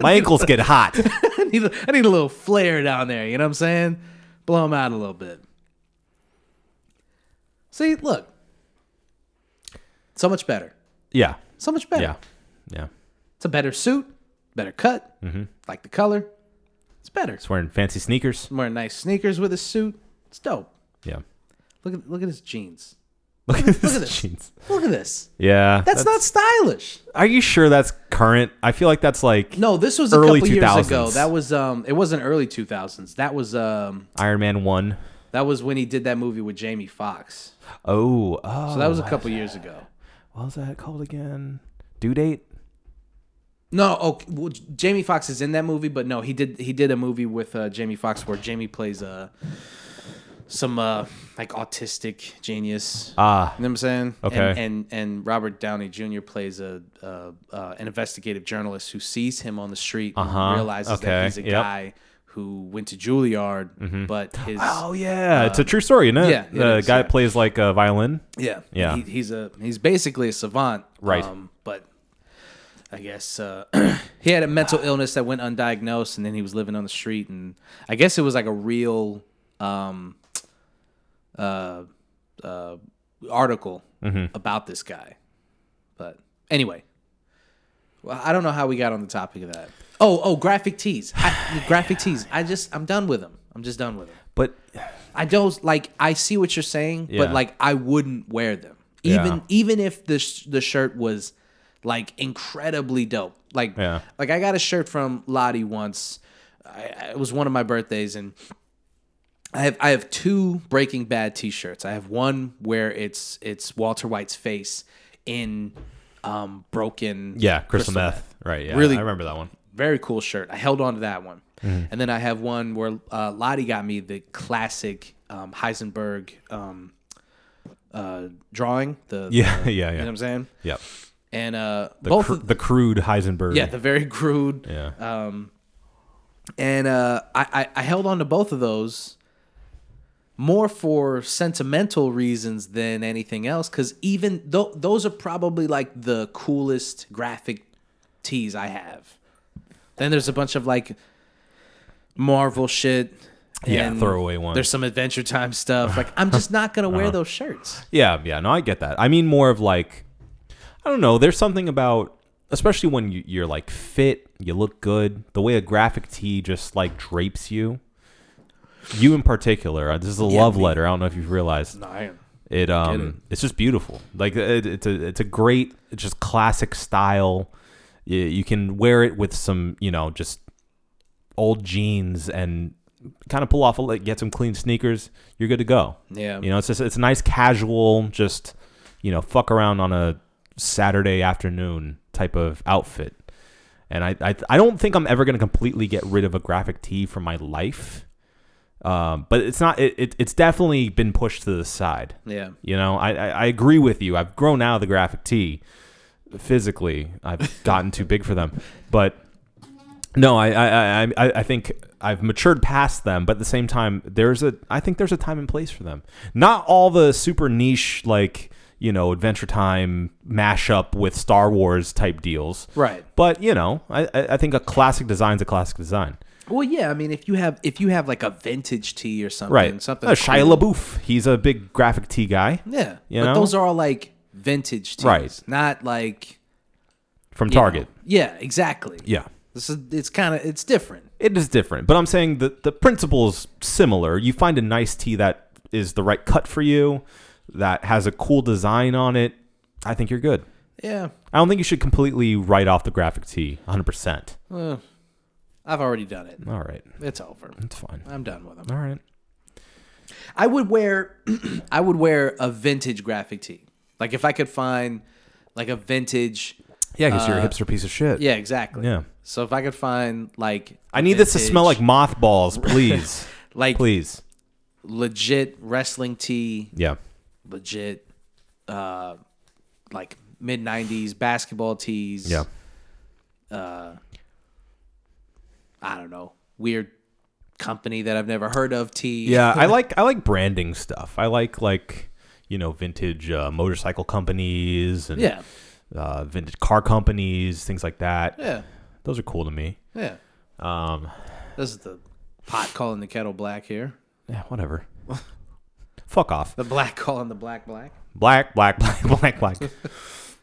Speaker 2: My ankles get hot.
Speaker 1: I need a, I need a little flair down there, you know what I'm saying? Blow him out a little bit. See, look. So much better.
Speaker 2: Yeah.
Speaker 1: So much better.
Speaker 2: Yeah. Yeah.
Speaker 1: It's a better suit, better cut.
Speaker 2: Mm-hmm.
Speaker 1: Like the color. It's better.
Speaker 2: It's wearing fancy sneakers.
Speaker 1: I'm wearing nice sneakers with a suit. It's dope.
Speaker 2: Yeah.
Speaker 1: Look at look at his jeans.
Speaker 2: Look at
Speaker 1: Look at
Speaker 2: this
Speaker 1: this.
Speaker 2: jeans.
Speaker 1: Look at this.
Speaker 2: Yeah.
Speaker 1: That's, not stylish.
Speaker 2: Are you sure that's current? I feel like that's like
Speaker 1: No, this was a
Speaker 2: Early
Speaker 1: couple years ago.
Speaker 2: 2000s.
Speaker 1: That was um it wasn't early 2000s. That was um
Speaker 2: Iron Man 1.
Speaker 1: that was when he did that movie with Jamie Foxx.
Speaker 2: Oh. Oh.
Speaker 1: So that was a couple years ago.
Speaker 2: what was that called again? Due date?
Speaker 1: No, oh, well, J- Jamie Foxx is in that movie, but no, he did he did a movie with uh, Jamie Foxx where Jamie plays uh, some uh, like autistic genius.
Speaker 2: Ah.
Speaker 1: you know what I'm saying?
Speaker 2: Okay.
Speaker 1: And and, and Robert Downey Jr. plays a uh, uh, an investigative journalist who sees him on the street
Speaker 2: Uh-huh.
Speaker 1: and realizes
Speaker 2: Okay.
Speaker 1: that he's a
Speaker 2: Yep.
Speaker 1: guy who went to Juilliard, but his
Speaker 2: Oh yeah, it's a true story, isn't it?
Speaker 1: yeah, it
Speaker 2: the
Speaker 1: is,
Speaker 2: guy
Speaker 1: yeah.
Speaker 2: plays like a violin.
Speaker 1: Yeah,
Speaker 2: Yeah.
Speaker 1: He, he's a he's basically a savant, um,
Speaker 2: Right.
Speaker 1: but I guess uh, he had a mental illness that went undiagnosed, and then he was living on the street, and I guess it was like a real um, uh, uh, article
Speaker 2: Mm-hmm.
Speaker 1: about this guy. But anyway, well, I don't know how we got on the topic of that. Oh, oh, graphic tees, I, graphic tees. I just I'm done with them. I'm just done with them.
Speaker 2: But
Speaker 1: I don't like. I see what you're saying,
Speaker 2: Yeah.
Speaker 1: but like, I wouldn't wear them.
Speaker 2: Yeah.
Speaker 1: Even even if the sh- the shirt was like incredibly dope. Like
Speaker 2: Yeah.
Speaker 1: like I got a shirt from Lottie once. I, it was one of my birthdays, and I have I have two Breaking Bad T-shirts. I have one where it's it's Walter White's face in um broken
Speaker 2: yeah, crystal, meth. Right. Yeah.
Speaker 1: Really-
Speaker 2: I remember that one.
Speaker 1: very cool shirt. I held on to that one.
Speaker 2: Mm-hmm.
Speaker 1: And then I have one where uh, Lottie got me the classic um, Heisenberg um, uh, drawing. The
Speaker 2: Yeah,
Speaker 1: the-
Speaker 2: yeah, yeah.
Speaker 1: You know what I'm saying?
Speaker 2: Yep.
Speaker 1: And uh,
Speaker 2: The,
Speaker 1: both,
Speaker 2: cr-
Speaker 1: of,
Speaker 2: the crude Heisenberg.
Speaker 1: yeah, the very crude.
Speaker 2: yeah.
Speaker 1: And uh, I, I I held on to both of those more for sentimental reasons than anything else. Because even though those are probably like the coolest graphic tees I have. Then there's a bunch of like Marvel shit.
Speaker 2: Yeah,
Speaker 1: and
Speaker 2: throwaway ones. Uh-huh.
Speaker 1: There's some Adventure Time stuff. Like I'm just not gonna wear those shirts.
Speaker 2: yeah. Yeah. No, I get that. I mean, more of like, I don't know. There's something about, especially when you, you're like fit, you look good. The way a graphic tee just like drapes you. You in particular. uh, This is a love letter. I don't know if you've realized. It um, it's just beautiful. Like it, it's a it's a great, it's just classic style. You, you can wear it with some, you know, just old jeans and kind of pull off a li- get some clean sneakers. You're good to go.
Speaker 1: Yeah.
Speaker 2: You know, it's just it's a nice casual, just you know, fuck around on a Saturday afternoon type of outfit. And I, I, I don't think I'm ever going to completely get rid of a graphic tee from my life. Um, but it's not, it, it, it's definitely been pushed to the side.
Speaker 1: Yeah.
Speaker 2: You know, I, I, I agree with you. I've grown out of the graphic tee physically. I've gotten too big for them. But no, I, I, I, I I think I've matured past them. But at the same time, there's a I think there's a time and place for them. Not all the super niche like you know Adventure Time mashup with Star Wars type deals.
Speaker 1: Right.
Speaker 2: But you know, I, I I think a classic design's a classic design.
Speaker 1: Well, yeah. I mean, if you have if you have like a vintage tee or something,
Speaker 2: Right.
Speaker 1: something.
Speaker 2: Uh, Shia LaBeouf, he's a big graphic tee guy
Speaker 1: Yeah.
Speaker 2: You
Speaker 1: but
Speaker 2: know?
Speaker 1: those are all like vintage tees,
Speaker 2: Right.
Speaker 1: Not like
Speaker 2: from
Speaker 1: you know-
Speaker 2: Target.
Speaker 1: Yeah, exactly.
Speaker 2: Yeah.
Speaker 1: This is it's kind of it's different.
Speaker 2: It is different, but I'm saying that the principle's similar. You find a nice tee that is the right cut for you, that has a cool design on it. I think you're good.
Speaker 1: Yeah.
Speaker 2: I don't think you should completely write off the graphic tee 100%.
Speaker 1: Uh, I've already done it.
Speaker 2: All right.
Speaker 1: It's over.
Speaker 2: It's fine.
Speaker 1: I'm done with them.
Speaker 2: All right.
Speaker 1: I would wear I would wear a vintage graphic tee. Like if I could find like a vintage
Speaker 2: Yeah, because you're a hipster piece of
Speaker 1: Uh,
Speaker 2: shit.
Speaker 1: Yeah, exactly.
Speaker 2: Yeah.
Speaker 1: So if I could find like
Speaker 2: I need this to
Speaker 1: vintage,
Speaker 2: smell like mothballs, please.
Speaker 1: like
Speaker 2: please.
Speaker 1: legit wrestling tee,
Speaker 2: Yeah.
Speaker 1: legit uh like mid 90s basketball tees.
Speaker 2: Yeah.
Speaker 1: I don't know. Weird company that I've never heard of tee.
Speaker 2: Yeah, I like I like branding stuff. I like like you know vintage uh, motorcycle companies and
Speaker 1: Yeah.
Speaker 2: uh, vintage car companies, things like that.
Speaker 1: Yeah.
Speaker 2: Those are cool to me.
Speaker 1: Yeah.
Speaker 2: Um,
Speaker 1: This is the pot calling the kettle black here.
Speaker 2: yeah, whatever. Fuck off.
Speaker 1: The black calling the black black.
Speaker 2: Black, black, black, black, black.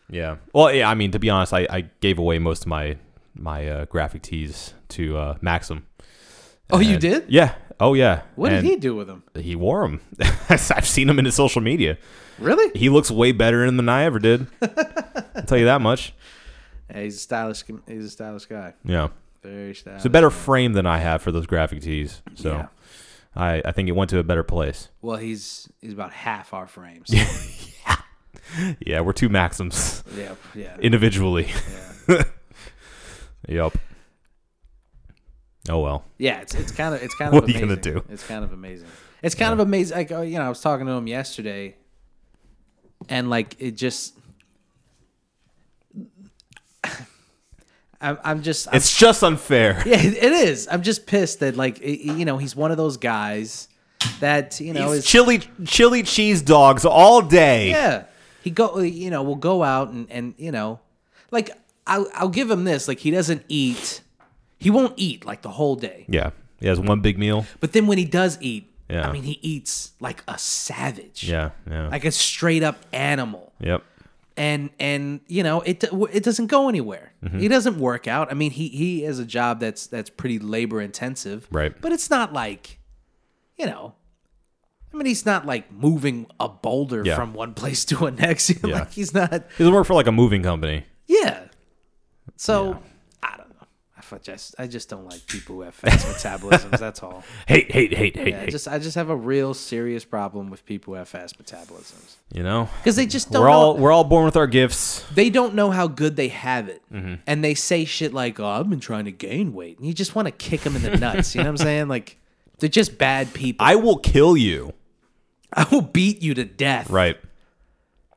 Speaker 2: yeah. Well, yeah. I mean, to be honest, I, I gave away most of my my uh, graphic tees to uh, Maxim.
Speaker 1: Oh, you
Speaker 2: And-
Speaker 1: did?
Speaker 2: Yeah. Oh, yeah.
Speaker 1: What
Speaker 2: And
Speaker 1: did he do with them?
Speaker 2: He wore them. I've seen him in his social media.
Speaker 1: Really?
Speaker 2: He looks way better in than I ever did. I'll tell you that much.
Speaker 1: Yeah, he's a stylish. He's a stylish guy.
Speaker 2: Yeah.
Speaker 1: Very stylish.
Speaker 2: It's a better frame than I have for those graphic tees. So
Speaker 1: Yeah.
Speaker 2: I, I think it went to a better place.
Speaker 1: Well, he's he's about half our frames.
Speaker 2: Yeah, we're two Maxims
Speaker 1: yeah, yeah.
Speaker 2: individually.
Speaker 1: yeah.
Speaker 2: Yep. Oh well.
Speaker 1: Yeah, it's it's kind of it's kind
Speaker 2: What
Speaker 1: of
Speaker 2: are you
Speaker 1: amazing.
Speaker 2: gonna do?
Speaker 1: It's kind of amazing. It's kind of amazing. Like oh, you know, I was talking to him yesterday, and like it just, I'm I'm just I'm,
Speaker 2: It's just unfair.
Speaker 1: yeah, it it is. I'm just pissed that like i- i- you know he's one of those guys that you know
Speaker 2: These
Speaker 1: is
Speaker 2: chili chili cheese dogs all day.
Speaker 1: yeah he go you know will go out and and you know like I'll I'll give him this like he doesn't eat he won't eat like the whole day
Speaker 2: Yeah. He has one big meal.
Speaker 1: But then when he does eat,
Speaker 2: Yeah.
Speaker 1: I mean, he eats like a savage.
Speaker 2: Yeah. Yeah.
Speaker 1: Like a straight up animal.
Speaker 2: yep.
Speaker 1: And and you know, it it doesn't go anywhere.
Speaker 2: Mm-hmm.
Speaker 1: He doesn't work out. I mean, he he has a job that's that's pretty labor intensive.
Speaker 2: Right.
Speaker 1: But it's not like you know, I mean, he's not like moving a boulder
Speaker 2: Yeah.
Speaker 1: from one place to the next. You know,
Speaker 2: Yeah.
Speaker 1: Like he's not
Speaker 2: He doesn't work for like a moving company.
Speaker 1: yeah. So I don't know. I fu- just I just don't like people who have fast metabolisms. That's all.
Speaker 2: Hate, hate, hate, hate,
Speaker 1: Yeah, I
Speaker 2: hate.
Speaker 1: just I just have a real serious problem with people who have fast metabolisms
Speaker 2: you know?
Speaker 1: because they just don't
Speaker 2: We're all
Speaker 1: know,
Speaker 2: we're all born with our gifts.
Speaker 1: they don't know how good they have it, and they say shit like, "Oh, I've been trying to gain weight," and you just want to kick them in the nuts. you know what I'm saying? Like they're just bad people. I,
Speaker 2: I will kill you.
Speaker 1: will beat you to death.
Speaker 2: Right.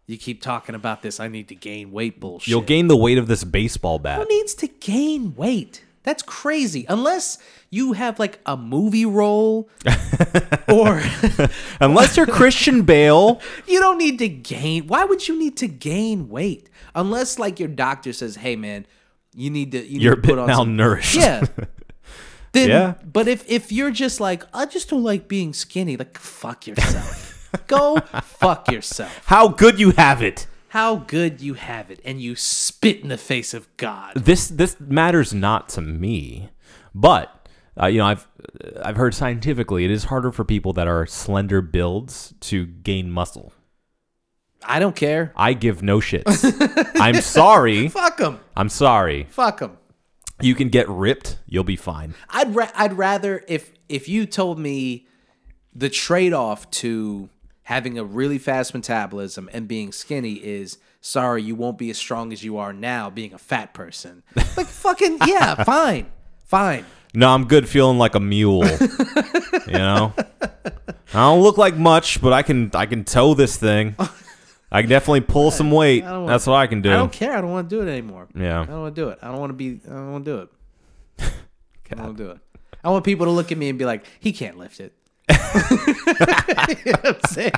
Speaker 1: You keep talking about this. I need to gain weight. Bullshit.
Speaker 2: You'll gain the weight of this baseball bat.
Speaker 1: Who needs to gain weight? That's crazy. Unless you have like a movie role, or
Speaker 2: Unless you're Christian Bale.
Speaker 1: You don't need to gain. Why would you need to gain weight? Unless like your doctor says, "Hey man, you need to you need
Speaker 2: You're a
Speaker 1: to
Speaker 2: bit
Speaker 1: put on some
Speaker 2: malnourished.
Speaker 1: Yeah. Then,
Speaker 2: Yeah.
Speaker 1: But if if you're just like, I just don't like being skinny, like fuck yourself. Go fuck yourself.
Speaker 2: How good you have it.
Speaker 1: How good you have it, and you spit in the face of God.
Speaker 2: this this matters not to me, but uh, you know I've I've heard scientifically it is harder for people that are slender builds to gain muscle.
Speaker 1: I don't care.
Speaker 2: I give no shits. I'm sorry.
Speaker 1: Fuck them.
Speaker 2: I'm sorry.
Speaker 1: Fuck them.
Speaker 2: You can get ripped. You'll be fine.
Speaker 1: I'd ra- I'd rather if if you told me the trade off to having a really fast metabolism and being skinny is sorry you won't be as strong as you are now being a fat person like fucking yeah fine fine
Speaker 2: No, I'm good feeling like a mule. you know? I don't look like much, but I can I can tow this thing. I can definitely pull some weight.
Speaker 1: I don't-
Speaker 2: That's what I can do.
Speaker 1: i don't care i don't want to do it anymore i
Speaker 2: yeah.
Speaker 1: don't want to do it i don't want to be i don't want to do it i don't want to do it i want people to look at me and be like he can't lift it you know what i'm saying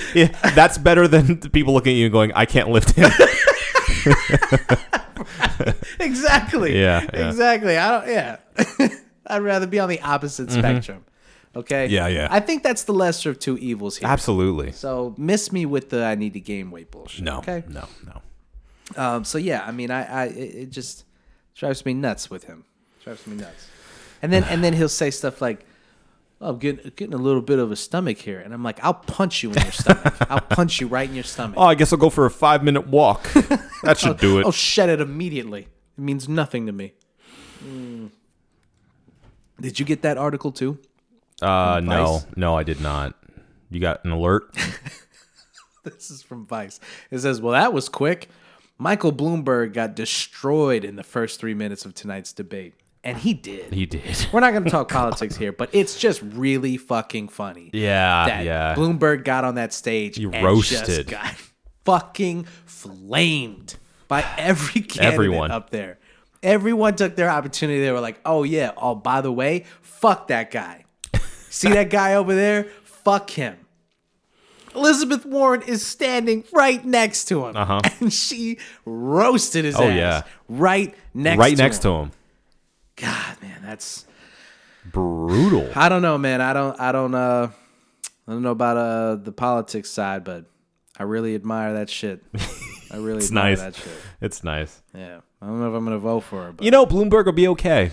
Speaker 2: yeah. That's better than people looking at you and going, I can't lift him.
Speaker 1: exactly.
Speaker 2: Yeah, yeah.
Speaker 1: Exactly. I don't. Yeah. I'd rather be on the opposite spectrum. Okay.
Speaker 2: Mm-hmm. Yeah, yeah.
Speaker 1: I think that's the lesser of two evils here.
Speaker 2: Absolutely.
Speaker 1: So miss me with the I need to gain weight bullshit.
Speaker 2: No.
Speaker 1: Okay.
Speaker 2: No, no.
Speaker 1: Um. So yeah, I mean, I, I, it it just drives me nuts with him. Drives me nuts. And then, and then he'll say stuff like. "Oh, I'm getting, getting a little bit of a stomach here, and I'm like, I'll punch you in your stomach. I'll punch you right in your stomach.
Speaker 2: Oh, I guess I'll go for a five minute walk. That should do it.
Speaker 1: I'll shed it immediately. It means nothing to me. Mm. Did you get that article too?
Speaker 2: Uh, no,
Speaker 1: Vice?
Speaker 2: no, I did not. You got an alert?
Speaker 1: This is from Vice. It says, Well, that was quick. Michael Bloomberg got destroyed in the first three minutes of tonight's debate. And he did.
Speaker 2: He did.
Speaker 1: We're not going to talk politics here, but it's just really fucking funny.
Speaker 2: Yeah,
Speaker 1: That
Speaker 2: Uh, yeah.
Speaker 1: Bloomberg got on that stage.
Speaker 2: He
Speaker 1: and Just
Speaker 2: roasted.
Speaker 1: got fucking flamed by every candidate
Speaker 2: Everyone.
Speaker 1: up there. Everyone took their opportunity. They were like, oh, yeah. Oh, by the way, fuck that guy. See that guy over there? Fuck him. Elizabeth Warren is standing right next to him.
Speaker 2: Uh-huh.
Speaker 1: And she roasted his
Speaker 2: Oh,
Speaker 1: ass
Speaker 2: yeah.
Speaker 1: right next
Speaker 2: right
Speaker 1: to
Speaker 2: next
Speaker 1: him.
Speaker 2: to him.
Speaker 1: God, man, that's
Speaker 2: Brutal.
Speaker 1: I don't know, man. I don't. I don't. Uh, I don't know about uh the politics side, but I really admire that shit. I really admire
Speaker 2: nice.
Speaker 1: that shit.
Speaker 2: It's nice.
Speaker 1: Yeah, I don't know if I'm gonna vote for it, but
Speaker 2: You know, Bloomberg will be okay.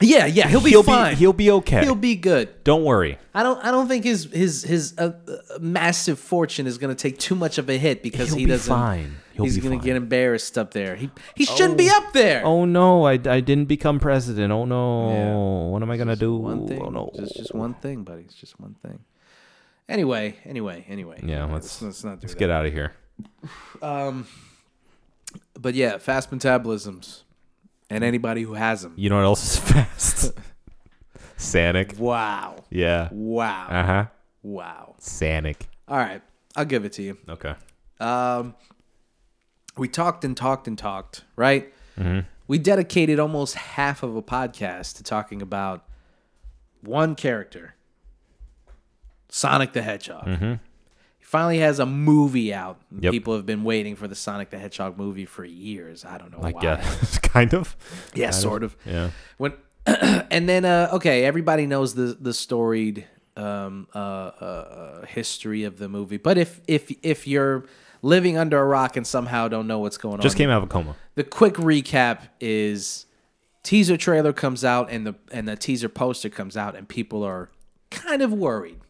Speaker 1: yeah, yeah, he'll be
Speaker 2: he'll
Speaker 1: fine.
Speaker 2: Be, he'll be okay.
Speaker 1: he'll be good.
Speaker 2: Don't worry.
Speaker 1: I don't. I don't think his his his uh, uh, massive fortune is gonna take too much of a hit because
Speaker 2: He'll
Speaker 1: he
Speaker 2: be
Speaker 1: doesn't.
Speaker 2: fine. He'll
Speaker 1: he's
Speaker 2: be
Speaker 1: gonna
Speaker 2: fine.
Speaker 1: get embarrassed up there. He he shouldn't be up there.
Speaker 2: Oh no, I, I didn't become president. Oh no,
Speaker 1: Yeah.
Speaker 2: what am I gonna do?
Speaker 1: One thing.
Speaker 2: Oh no,
Speaker 1: Just just one thing, buddy. It's just one thing. Anyway, anyway, anyway.
Speaker 2: Yeah, let's-
Speaker 1: let's not do
Speaker 2: let's
Speaker 1: that.
Speaker 2: get out of here.
Speaker 1: But yeah, fast metabolisms, and anybody who has them.
Speaker 2: You know what else is fast? Sanic.
Speaker 1: Wow,
Speaker 2: Yeah.
Speaker 1: wow,
Speaker 2: Uh huh.
Speaker 1: wow.
Speaker 2: Sanic.
Speaker 1: All right, I'll give it to you.
Speaker 2: Okay.
Speaker 1: Um, we talked and talked and talked, right?
Speaker 2: Mm-hmm.
Speaker 1: We dedicated almost half of a podcast to talking about one character, Sonic the Hedgehog. He finally has a movie out.
Speaker 2: Mm-hmm. Yep.
Speaker 1: People have been waiting for the Sonic the Hedgehog movie for years. I don't know
Speaker 2: I
Speaker 1: why.
Speaker 2: guess kind of.
Speaker 1: Yeah, sort of.
Speaker 2: Yeah.
Speaker 1: When and then uh, okay, everybody knows the the storied um, uh, uh, uh, history of the movie. But if if if you're living under a rock and somehow don't know what's going
Speaker 2: Just
Speaker 1: on,
Speaker 2: came out of a coma.
Speaker 1: the quick recap is teaser trailer comes out and the and the teaser poster comes out and people are kind of worried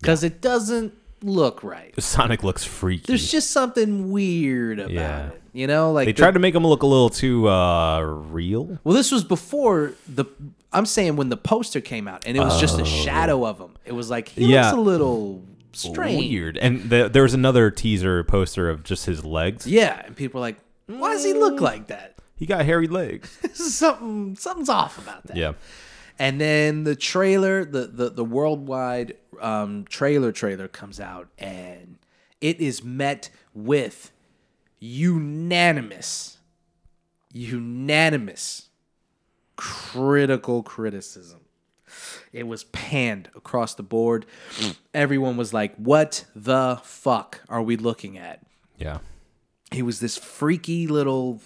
Speaker 1: because it doesn't look right.
Speaker 2: Sonic looks freaky.
Speaker 1: There's just something weird about
Speaker 2: Yeah.
Speaker 1: it, you know. Like
Speaker 2: they
Speaker 1: the-
Speaker 2: tried to make him look a little too uh, real.
Speaker 1: Well, this was before the. I'm saying when the poster came out, and it was just a shadow of him. It was like he
Speaker 2: Oh. Yeah.
Speaker 1: looks a little strange.
Speaker 2: Weird. And the, there was another teaser poster of just his legs.
Speaker 1: Yeah, and people are like, "Why does he look like that?
Speaker 2: He got hairy legs.
Speaker 1: Something, something's off about that."
Speaker 2: yeah.
Speaker 1: And then the trailer, the the the worldwide um, trailer trailer comes out, and it is met with unanimous, unanimous critical criticism. It was panned across the board. Everyone was like, "What the fuck are we looking at?"
Speaker 2: Yeah.
Speaker 1: He was this freaky little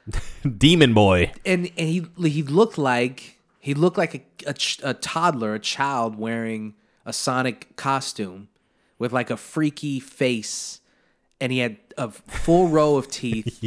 Speaker 2: Demon boy.
Speaker 1: and and he he looked like he looked like a, a, ch- a toddler, a child wearing a Sonic costume with like a freaky face, and he had a full row of teeth,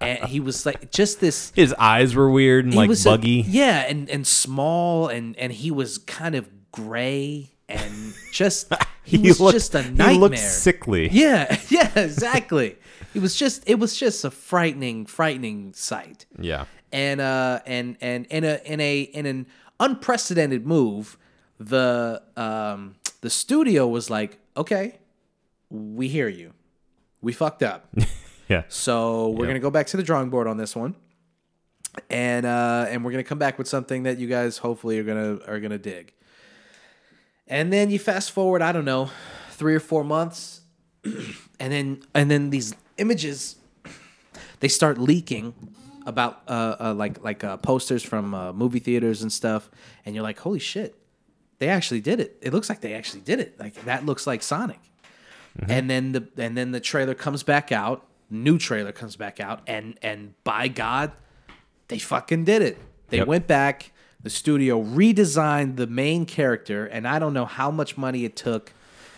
Speaker 1: and he was like just this
Speaker 2: His eyes were weird and
Speaker 1: he
Speaker 2: like
Speaker 1: was a-
Speaker 2: buggy.
Speaker 1: yeah, and and small, and and he was kind of gray, and just he, was
Speaker 2: looked-
Speaker 1: just a
Speaker 2: he
Speaker 1: nightmare.
Speaker 2: looked sickly.
Speaker 1: Yeah, yeah, exactly. it was just it was just a frightening, frightening sight
Speaker 2: Yeah.
Speaker 1: and uh and and in a in a in an unprecedented move, the um The studio was like, okay, we hear you. We fucked up.
Speaker 2: Yeah.
Speaker 1: So we're
Speaker 2: Yep.
Speaker 1: gonna go back to the drawing board on this one, and uh, and we're gonna come back with something that you guys hopefully are gonna are gonna dig. And then you fast forward, I don't know, three or four months, and then and then these images, they start leaking about uh, uh like like uh, posters from uh, movie theaters and stuff, and you're like, holy shit, they actually did it. It looks like they actually did it. Like that looks like Sonic
Speaker 2: Mm-hmm.
Speaker 1: and then the and then the trailer comes back out new trailer comes back out and and by god they fucking did it they
Speaker 2: Yep.
Speaker 1: went back the studio redesigned the main character and i don't know how much money it took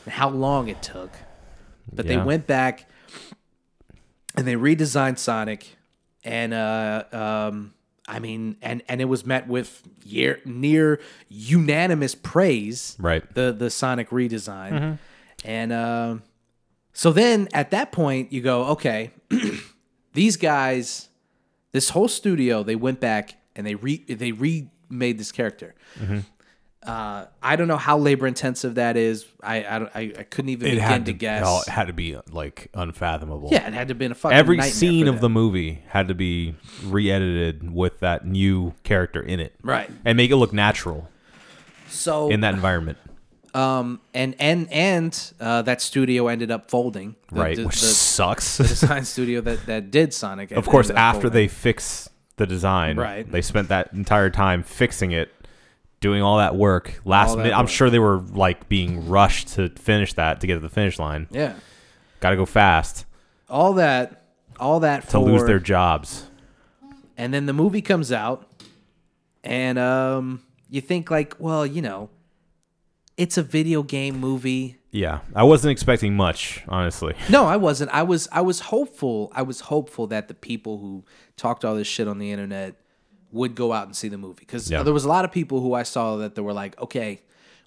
Speaker 1: and how long it took but they
Speaker 2: Yeah.
Speaker 1: went back and they redesigned sonic and uh um i mean and and it was met with year, near unanimous praise
Speaker 2: Right.
Speaker 1: the the Sonic redesign, and um so then at that point you go, okay, these guys, this whole studio, they went back and they re they remade this character.
Speaker 2: Mm-hmm.
Speaker 1: Uh, I don't know how labor intensive that is. I I, don't- I, I couldn't even begin to, guess.
Speaker 2: oh, it had to be like unfathomable.
Speaker 1: yeah, it had to have been a fucking
Speaker 2: Every
Speaker 1: nightmare
Speaker 2: scene
Speaker 1: for
Speaker 2: of
Speaker 1: them.
Speaker 2: the movie had to be re-edited with that new character in it,
Speaker 1: right.
Speaker 2: and make it look natural
Speaker 1: So
Speaker 2: in that environment.
Speaker 1: um and and and uh, that studio ended up folding The-
Speaker 2: right,
Speaker 1: the,
Speaker 2: which
Speaker 1: the
Speaker 2: sucks.
Speaker 1: design studio that that did Sonic.
Speaker 2: of course,
Speaker 1: ended up
Speaker 2: after
Speaker 1: folding.
Speaker 2: they fix the design,
Speaker 1: Right.
Speaker 2: they spent that entire time fixing it, doing all that work. Last
Speaker 1: All that
Speaker 2: minute, I'm
Speaker 1: work.
Speaker 2: sure they were like being rushed to finish that to get to the finish line.
Speaker 1: yeah.
Speaker 2: Got to go fast
Speaker 1: all that all that
Speaker 2: to
Speaker 1: for
Speaker 2: lose their jobs.
Speaker 1: and then the movie comes out and um you think like well you know it's a video game movie
Speaker 2: Yeah, I wasn't expecting much, honestly.
Speaker 1: no i wasn't i was i was hopeful i was hopeful that the people who talked all this shit on the internet would go out and see the movie because
Speaker 2: Yeah.
Speaker 1: there was a lot of people who i saw that they were like okay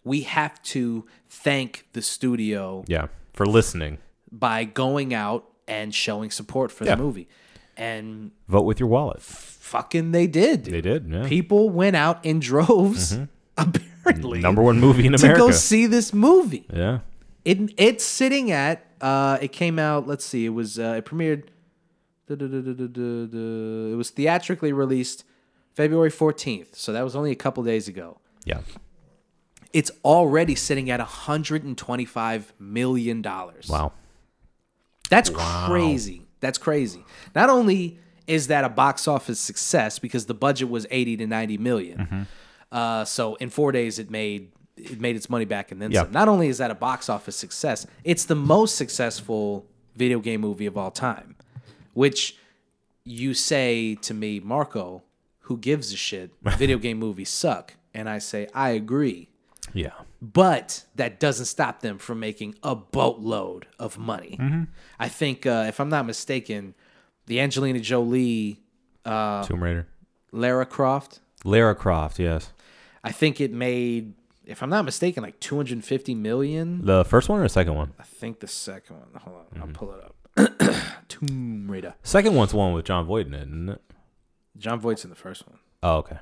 Speaker 1: we have to thank the studio
Speaker 2: Yeah, for listening.
Speaker 1: by going out and showing support for
Speaker 2: Yeah.
Speaker 1: the movie and
Speaker 2: Vote with your wallet.
Speaker 1: fucking they did dude.
Speaker 2: They did. Yeah.
Speaker 1: people went out in droves apparently
Speaker 2: Number one movie in
Speaker 1: to
Speaker 2: America.
Speaker 1: go see this movie
Speaker 2: yeah.
Speaker 1: it, it's sitting at uh, it came out let's see it was uh, it premiered duh, duh, duh, duh, duh, duh, duh. it was theatrically released february 14th so that was only a couple days ago
Speaker 2: Yeah.
Speaker 1: it's already sitting at 125 million dollars
Speaker 2: Wow.
Speaker 1: that's crazy. That's crazy. Not only is that a box office success because the budget was 80 to 90 million. Uh, so in four days it made it made its money back and then
Speaker 2: Yeah.
Speaker 1: some. Not only is that a box office success, it's the most successful video game movie of all time. Which you say to me, Marco, who gives a shit? Video game movies suck. And I say, I agree.
Speaker 2: Yeah.
Speaker 1: But that doesn't stop them from making a boatload of money. I think, uh, if I'm not mistaken, the Angelina Jolie,
Speaker 2: Uh, Tomb Raider.
Speaker 1: Lara Croft,
Speaker 2: Lara Croft. Yes.
Speaker 1: I think it made, if I'm not mistaken, like 250 million.
Speaker 2: The first one or the second one?
Speaker 1: I think the second one. Hold on, I'll pull it up. Tomb Raider.
Speaker 2: Second one's the one with John Voight in it, isn't it?
Speaker 1: John Voight's in the first one.
Speaker 2: Oh, okay.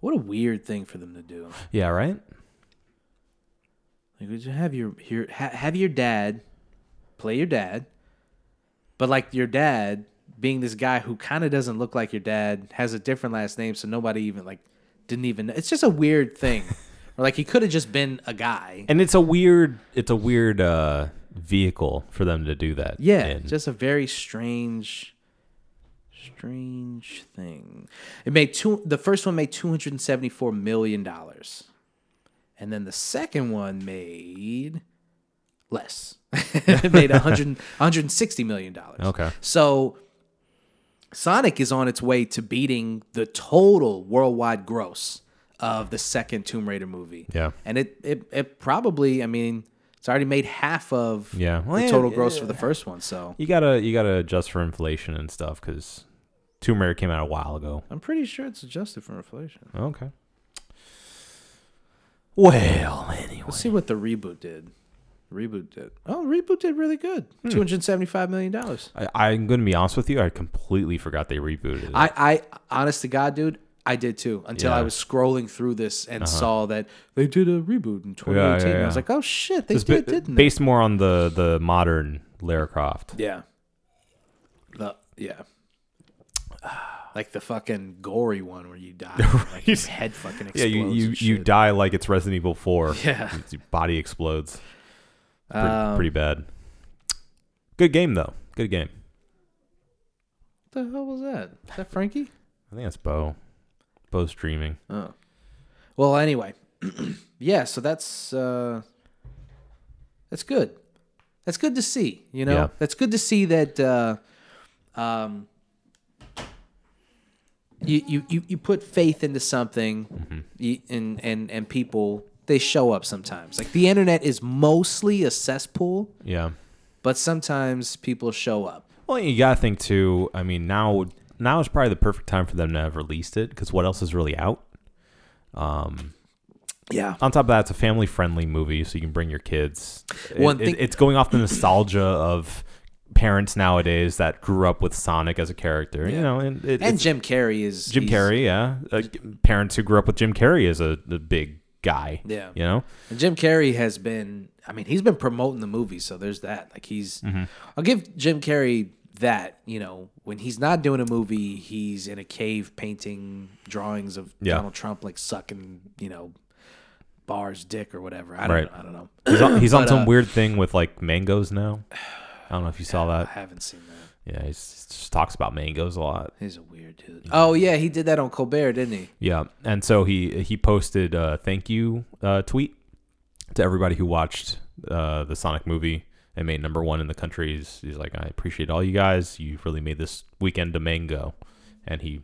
Speaker 1: What a weird thing for them to do.
Speaker 2: Yeah. Right.
Speaker 1: Like, would you have your your ha- have your dad play your dad, but like your dad being this guy who kind of doesn't look like your dad has a different last name, so nobody even like didn't even. It's just a weird thing, or like he could have just been a guy.
Speaker 2: And it's a weird. It's a weird uh, vehicle for them to do that.
Speaker 1: Yeah,
Speaker 2: in.
Speaker 1: just a very strange, strange thing. It made two. The first one made two hundred and seventy-four million dollars, and then the second one made less. it made a hundred one hundred and sixty million dollars.
Speaker 2: Okay.
Speaker 1: so. Sonic is on its way to beating the total worldwide gross of the second Tomb Raider movie.
Speaker 2: Yeah.
Speaker 1: And it, it, it probably, I mean, it's already made half of
Speaker 2: Yeah. Well,
Speaker 1: the
Speaker 2: yeah,
Speaker 1: total gross for the first one. So
Speaker 2: You gotta. You gotta adjust for inflation and stuff because Tomb Raider came out a while ago.
Speaker 1: I'm pretty sure it's adjusted for inflation.
Speaker 2: Okay. Well, anyway.
Speaker 1: Let's see what the reboot did. Reboot did. Oh, reboot did really good. Two hundred seventy-five million dollars.
Speaker 2: I, I'm going to be honest with you. I completely forgot they rebooted it.
Speaker 1: I, I, honest to God, dude, I did too until
Speaker 2: Yeah. Uh-huh.
Speaker 1: I was scrolling through this and saw that they did a reboot in 2018.
Speaker 2: yeah,
Speaker 1: I was
Speaker 2: yeah.
Speaker 1: like, oh shit, they
Speaker 2: It's
Speaker 1: did,
Speaker 2: ba-
Speaker 1: didn't
Speaker 2: based more on the the modern Lara Croft.
Speaker 1: they? Yeah. The, yeah. Like the fucking gory one where you die, like your head fucking explodes.
Speaker 2: Yeah, you you,
Speaker 1: and
Speaker 2: you
Speaker 1: shit.
Speaker 2: die like it's Resident Evil Four.
Speaker 1: Yeah. Um,
Speaker 2: It's- your body explodes. It's pretty, pretty bad. Good game though. Good game.
Speaker 1: What the hell was that? Is that Frankie?
Speaker 2: I think that's Bo. Bo's dreaming.
Speaker 1: Oh. Well, anyway. yeah, so that's uh that's good. That's good to see, you know.
Speaker 2: Yeah.
Speaker 1: That's good to see that uh um you you you, you put faith into something
Speaker 2: Mm-hmm.
Speaker 1: you, and and and people they show up sometimes. Like the internet is mostly a cesspool,
Speaker 2: Yeah.
Speaker 1: but sometimes people show up.
Speaker 2: Well, you gotta think too. I mean, now now is probably the perfect time for them to have released it because what else is really out?
Speaker 1: Yeah.
Speaker 2: On top of that, it's a family friendly movie, so you can bring your kids. It-
Speaker 1: One
Speaker 2: it-
Speaker 1: thing-
Speaker 2: it's going off the nostalgia of parents nowadays that grew up with Sonic as a character. You know, and, it,
Speaker 1: And
Speaker 2: it's-
Speaker 1: Jim Carrey is
Speaker 2: Jim
Speaker 1: he's-
Speaker 2: Carrey, yeah, uh, parents who grew up with Jim Carrey as a the big guy.
Speaker 1: Yeah.
Speaker 2: you know,
Speaker 1: And Jim Carrey has been, I mean, he's been promoting the movie, so there's that. Like he's, I'll give Jim Carrey that. You know, when he's not doing a movie, he's in a cave painting drawings of
Speaker 2: Yeah.
Speaker 1: Donald Trump, like sucking, you know, bars dick or whatever. I don't,
Speaker 2: Right.
Speaker 1: know, I don't know.
Speaker 2: he's on, he's on
Speaker 1: But,
Speaker 2: some
Speaker 1: uh,
Speaker 2: weird thing with like mangoes now. I don't know if you saw
Speaker 1: I
Speaker 2: that.
Speaker 1: haven't seen that.
Speaker 2: Yeah, he's, he just talks about mangoes a lot.
Speaker 1: He's a weird dude. Oh yeah, he did that on Colbert, didn't he?
Speaker 2: Yeah, and so he he posted a thank you uh, tweet to everybody who watched uh, the Sonic movie and made number one in the country. He's, he's like, I appreciate all you guys. You really made this weekend a mango, and he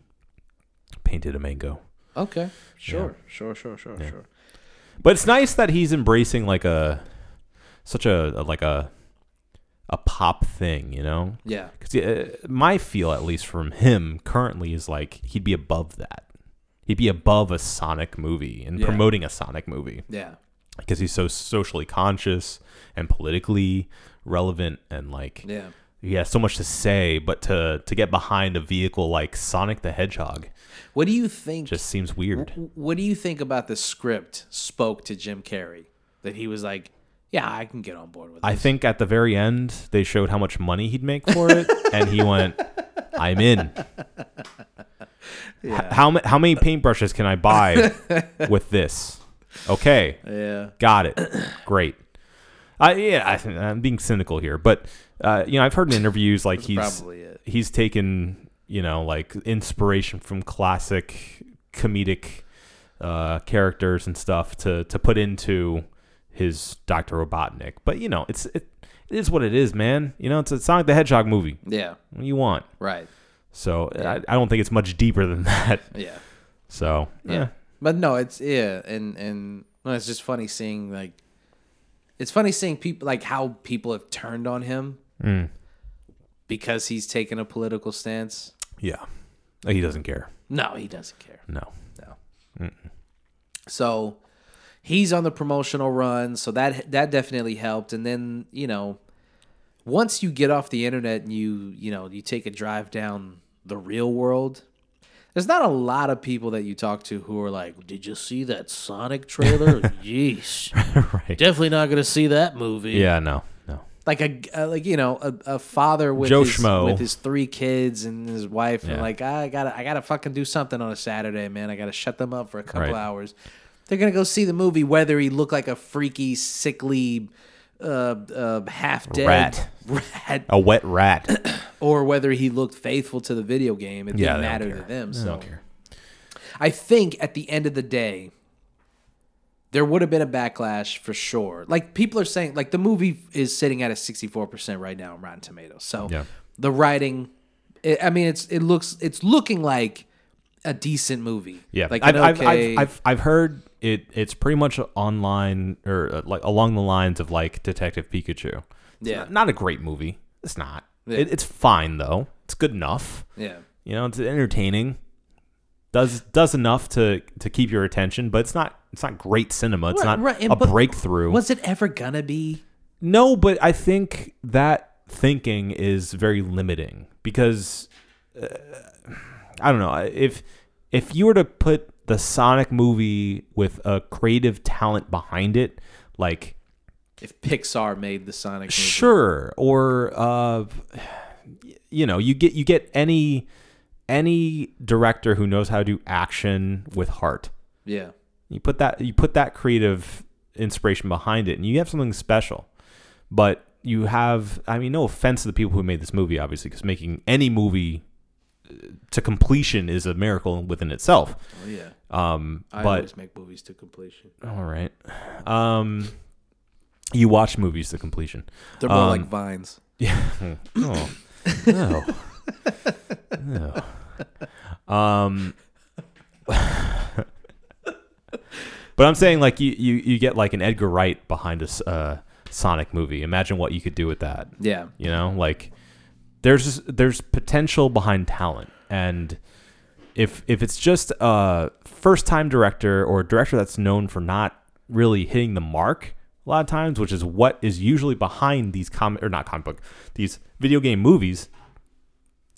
Speaker 2: painted a mango.
Speaker 1: Okay, sure, sure, sure, sure, sure.
Speaker 2: But it's nice that he's embracing like a such a, like a a pop thing, you know?
Speaker 1: Yeah,
Speaker 2: Because uh, my feel, at least from him currently, is like he'd be above that. He'd be above a Sonic movie and
Speaker 1: Yeah.
Speaker 2: promoting a Sonic movie.
Speaker 1: yeah,
Speaker 2: because he's so socially conscious and politically relevant and like
Speaker 1: yeah.
Speaker 2: he has so much to say but to to get behind a vehicle like sonic the hedgehog
Speaker 1: What do you think?
Speaker 2: just seems weird
Speaker 1: What do you think about the script spoke to Jim Carrey? That he was like, yeah, I can get on board with it.
Speaker 2: i think at the very end they showed how much money he'd make for it and he went i'm in H- how, ma- how many paintbrushes can i buy with this okay
Speaker 1: Yeah.
Speaker 2: Got it. Great. I yeah, I, I'm being cynical here, but uh, you know, I've heard in interviews like he's
Speaker 1: probably it.
Speaker 2: he's taken you know like inspiration from classic comedic uh, characters and stuff to to put into his Doctor Robotnik. But you know, it's it, it is what it is, man. You know, it's a Sonic the Hedgehog movie.
Speaker 1: Yeah.
Speaker 2: What do you want?
Speaker 1: Right.
Speaker 2: So I, I don't think it's much deeper than that.
Speaker 1: Yeah.
Speaker 2: So yeah,
Speaker 1: But no, it's yeah, and and no, it's just funny seeing like it's funny seeing people like how people have turned on him
Speaker 2: Mm.
Speaker 1: because he's taken a political stance.
Speaker 2: yeah. Like, He doesn't care.
Speaker 1: No, he doesn't care.
Speaker 2: No.
Speaker 1: No. So he's on the promotional run, so that that definitely helped. And then you know, once you get off the internet and you you know you take a drive down the real world, there's not a lot of people that you talk to who are like, "Did you see that Sonic trailer? Yeesh,
Speaker 2: right.
Speaker 1: definitely not gonna see that movie."
Speaker 2: Yeah. No. No.
Speaker 1: like a uh, like you know a, a father with
Speaker 2: Joe
Speaker 1: his,
Speaker 2: Schmo.
Speaker 1: with his three kids and his wife and
Speaker 2: Yeah.
Speaker 1: like I gotta I gotta fucking do something on a Saturday, man. I gotta shut them up for a couple
Speaker 2: Right.
Speaker 1: hours. They're gonna go see the movie, whether he looked like a freaky, sickly, uh, uh, half dead
Speaker 2: Rat.
Speaker 1: rat,
Speaker 2: A wet rat.
Speaker 1: or whether he looked faithful to the video game. It
Speaker 2: Yeah,
Speaker 1: didn't
Speaker 2: they don't
Speaker 1: matter
Speaker 2: care.
Speaker 1: to them.
Speaker 2: I
Speaker 1: So
Speaker 2: don't care.
Speaker 1: I think at the end of the day, there would have been a backlash for sure. Like people are saying, like the movie is sitting at a sixty-four percent right now on Rotten Tomatoes. So
Speaker 2: Yeah.
Speaker 1: the writing, i I mean, it's it looks it's looking like a decent movie.
Speaker 2: Yeah,
Speaker 1: like
Speaker 2: I've,
Speaker 1: an
Speaker 2: I've,
Speaker 1: okay,
Speaker 2: I've, I've, I've heard it. It's pretty much online or uh, like along the lines of like Detective Pikachu. It's
Speaker 1: Yeah.
Speaker 2: not, not a great movie. It's not. It, it's fine though. It's good enough.
Speaker 1: yeah,
Speaker 2: You know, it's entertaining. Does does enough to to keep your attention, but it's not it's not great cinema. It's
Speaker 1: Right,
Speaker 2: not
Speaker 1: right, and
Speaker 2: a
Speaker 1: but-
Speaker 2: breakthrough.
Speaker 1: was it ever gonna be?
Speaker 2: No, but I think that thinking is very limiting because uh, I don't know if if you were to put the Sonic movie with a creative talent behind it, like
Speaker 1: If Pixar made the Sonic movie,
Speaker 2: sure or uh you know you get you get any any director who knows how to do action with heart
Speaker 1: yeah,
Speaker 2: you put that you put that creative inspiration behind it and you have something special but you have i mean no offense to the people who made this movie obviously because making any movie uh, to completion is a miracle within itself
Speaker 1: well, Oh, yeah.
Speaker 2: um
Speaker 1: I
Speaker 2: but
Speaker 1: always make movies to completion.
Speaker 2: all right um you watch movies to completion
Speaker 1: They're more
Speaker 2: Um,
Speaker 1: like vines.
Speaker 2: yeah. Oh. No. no. Um. but I'm saying, like, you, you you get like an Edgar Wright behind a s- uh, Sonic movie. Imagine what you could do with that.
Speaker 1: Yeah,
Speaker 2: You know, like, there's there's potential behind talent, and if if it's just a first time director or a director that's known for not really hitting the mark a lot of times, which is what is usually behind these comic or not comic book these video game movies,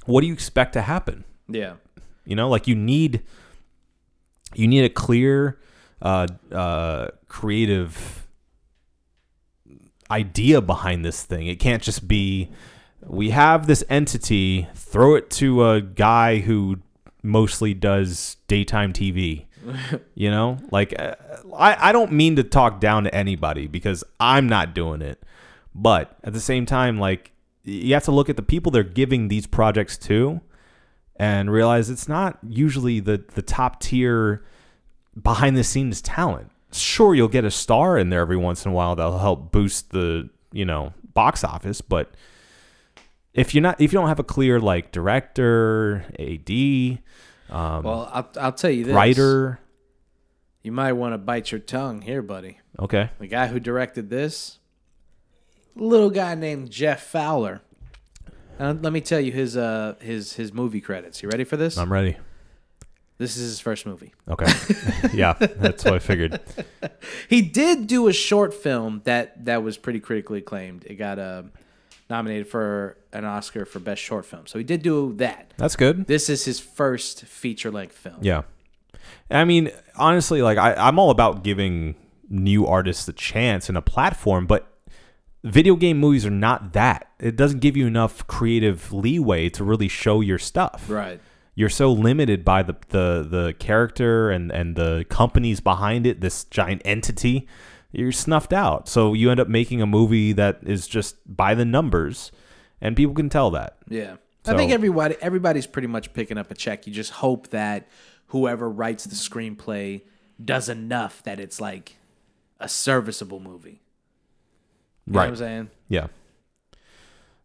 Speaker 2: what do you expect to happen?
Speaker 1: yeah,
Speaker 2: You know, like you need you need a clear uh, uh, creative idea behind this thing. It can't just be we have this entity, throw it to a guy who mostly does daytime TV. you know, like uh, I, I don't mean to talk down to anybody because I'm not doing it. But at the same time, like you have to look at the people they're giving these projects to and realize it's not usually the the top tier behind the scenes talent. Sure, you'll get a star in there every once in a while that'll help boost the you know box office, but if you're not if you don't have a clear like director, AD, um,
Speaker 1: Well, I'll, I'll tell you this.
Speaker 2: writer,
Speaker 1: You might want to bite your tongue here, buddy.
Speaker 2: okay,
Speaker 1: The guy who directed this, little guy named Jeff Fowler. And let me tell you his uh his his movie credits. You ready for this?
Speaker 2: I'm ready.
Speaker 1: This is his first movie.
Speaker 2: Okay, yeah, that's what I figured.
Speaker 1: He did do a short film that that was pretty critically acclaimed. It got uh, nominated for an Oscar for best short film. So he did do that.
Speaker 2: That's good.
Speaker 1: This is his first feature length film.
Speaker 2: Yeah. I mean, honestly, like I, I'm all about giving new artists a chance and a platform, but video game movies are not that. It doesn't give you enough creative leeway to really show your stuff.
Speaker 1: Right.
Speaker 2: You're so limited by the the, the character and, and the companies behind it, this giant entity. You're snuffed out. So you end up making a movie that is just by the numbers and people can tell that.
Speaker 1: Yeah. I
Speaker 2: So-
Speaker 1: think everybody everybody's pretty much picking up a check. You just hope that whoever writes the screenplay does enough that it's like a serviceable movie. You know what I'm saying?
Speaker 2: Yeah.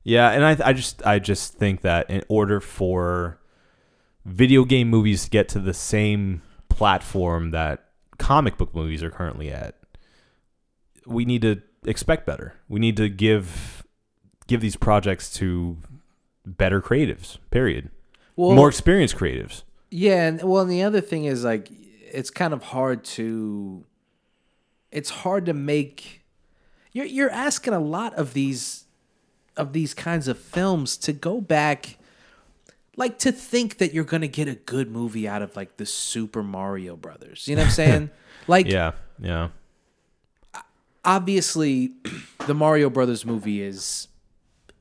Speaker 2: Yeah, and I I just I just think that in order for video game movies to get to the same platform that comic book movies are currently at, we need to expect better. We need to give give these projects to better creatives. Period.
Speaker 1: Well,
Speaker 2: More experienced creatives.
Speaker 1: Yeah, and well, and the other thing is like it's kind of hard to it's hard to make you're you're asking a lot of these of these kinds of films to go back like to think that you're going to get a good movie out of like the Super Mario Brothers. You know what I'm saying? like
Speaker 2: Yeah. Yeah.
Speaker 1: obviously the Mario Brothers movie is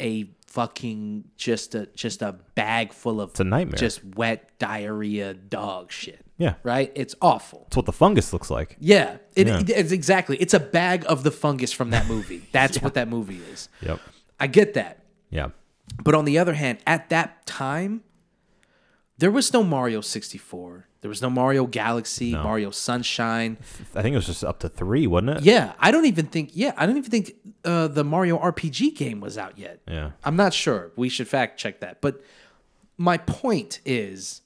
Speaker 1: a fucking just a just a bag full of
Speaker 2: a nightmare.
Speaker 1: just wet diarrhea dog shit.
Speaker 2: Yeah.
Speaker 1: Right? It's awful.
Speaker 2: That's what the fungus looks like.
Speaker 1: Yeah. It,
Speaker 2: Yeah.
Speaker 1: it- it's exactly. It's a bag of the fungus from that movie. That's what that movie is.
Speaker 2: Yep.
Speaker 1: I get that.
Speaker 2: Yeah.
Speaker 1: But on the other hand, at that time, there was no Mario 64. There was no Mario Galaxy, Mario Sunshine.
Speaker 2: I think it was just up to three, wasn't it?
Speaker 1: Yeah, I don't even think. Yeah, I don't even think uh, the Mario RPG game was out yet.
Speaker 2: Yeah.
Speaker 1: I'm not sure. We should fact check that. But my point is,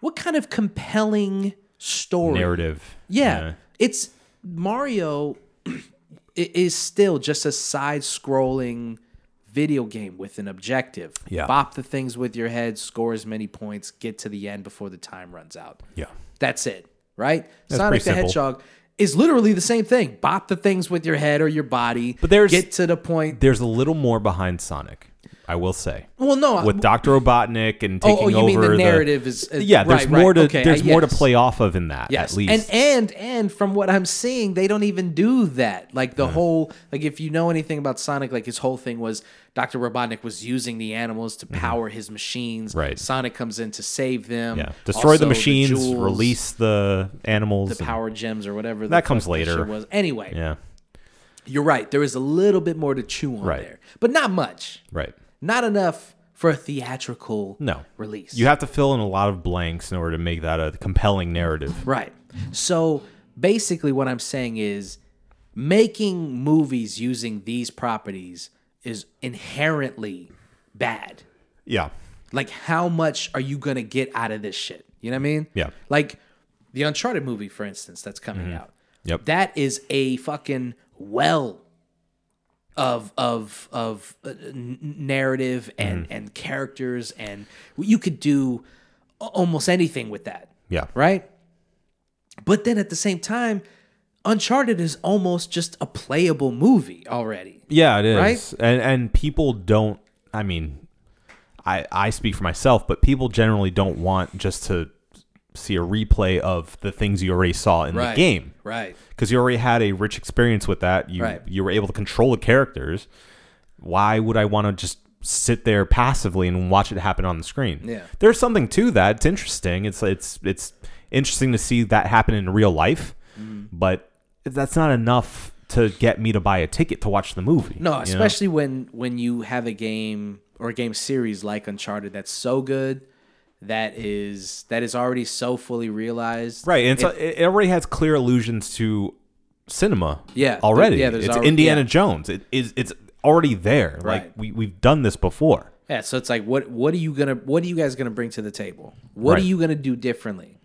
Speaker 1: what kind of compelling story?
Speaker 2: Narrative.
Speaker 1: Yeah, it's Mario. it is still just a side-scrolling video game with an objective.
Speaker 2: Yeah.
Speaker 1: Bop the things with your head, score as many points, get to the end before the time runs out.
Speaker 2: Yeah.
Speaker 1: That's it, right?
Speaker 2: That's
Speaker 1: Sonic
Speaker 2: pretty
Speaker 1: the
Speaker 2: simple.
Speaker 1: Hedgehog is literally the same thing. Bop the things with your head or your body.
Speaker 2: But there's-
Speaker 1: get to the point.
Speaker 2: there's a little more behind Sonic. I will say.
Speaker 1: Well, no,
Speaker 2: With Doctor Robotnik and
Speaker 1: Uh, Oh,
Speaker 2: taking
Speaker 1: oh, you
Speaker 2: over
Speaker 1: mean the narrative is- is-
Speaker 2: yeah. There's
Speaker 1: right, right,
Speaker 2: more to
Speaker 1: okay, I-
Speaker 2: there's more to
Speaker 1: yes.
Speaker 2: play off of in that.
Speaker 1: Yes,
Speaker 2: at least
Speaker 1: and and and from what I'm seeing, they don't even do that. Like the whole like if you know anything about Sonic, like his whole thing was Doctor Robotnik was using the animals to power his machines.
Speaker 2: Mm-hmm. Right.
Speaker 1: Sonic comes in to save them.
Speaker 2: yeah, destroy
Speaker 1: Also,
Speaker 2: the machines,
Speaker 1: jewels,
Speaker 2: release the animals.
Speaker 1: the
Speaker 2: and-
Speaker 1: power gems or whatever the
Speaker 2: That comes
Speaker 1: fuck shit
Speaker 2: later.
Speaker 1: Was anyway.
Speaker 2: yeah,
Speaker 1: You're right. There is a little bit more to chew on
Speaker 2: Right.
Speaker 1: there, but not much.
Speaker 2: right.
Speaker 1: Not enough for a theatrical
Speaker 2: No.
Speaker 1: release.
Speaker 2: You have to fill in a lot of blanks in order to make that a compelling narrative.
Speaker 1: Right. So basically, what I'm saying is making movies using these properties is inherently bad.
Speaker 2: Yeah.
Speaker 1: Like, how much are you going to get out of this shit? You know what I mean?
Speaker 2: Yeah. Mm-hmm.
Speaker 1: Like, the Uncharted movie, for instance, that's coming out.
Speaker 2: Yep.
Speaker 1: That is a fucking well of of of uh, n- narrative and
Speaker 2: Mm-hmm.
Speaker 1: and characters and you could do a- almost anything with that
Speaker 2: yeah.
Speaker 1: right? But then at the same time, Uncharted is almost just a playable movie already.
Speaker 2: Yeah, it is.
Speaker 1: Right?
Speaker 2: And and people don't I mean I I speak for myself, but people generally don't want just to see a replay of the things you already saw in the game
Speaker 1: Right.
Speaker 2: because you already had a rich experience with that. You
Speaker 1: Right.
Speaker 2: you were able to control the characters. Why would I want to just sit there passively and watch it happen on the screen?
Speaker 1: Yeah.
Speaker 2: there's something to that. It's interesting. It's it's it's interesting to see that happen in real life,
Speaker 1: Mm-hmm.
Speaker 2: but that's not enough to get me to buy a ticket to watch the movie. you
Speaker 1: No,
Speaker 2: know?
Speaker 1: especially when when you have a game or a game series like Uncharted that's so good that is that is already so fully realized.
Speaker 2: right. And so it, it already has clear allusions to cinema.
Speaker 1: Yeah.
Speaker 2: already.
Speaker 1: Yeah, there's
Speaker 2: it's
Speaker 1: alre-
Speaker 2: Indiana
Speaker 1: yeah.
Speaker 2: Jones. It is. It's already there.
Speaker 1: Right.
Speaker 2: Like we we've done this before.
Speaker 1: Yeah, so it's like what what are you gonna what are you guys gonna bring to the table? What are
Speaker 2: Right.
Speaker 1: you gonna do differently?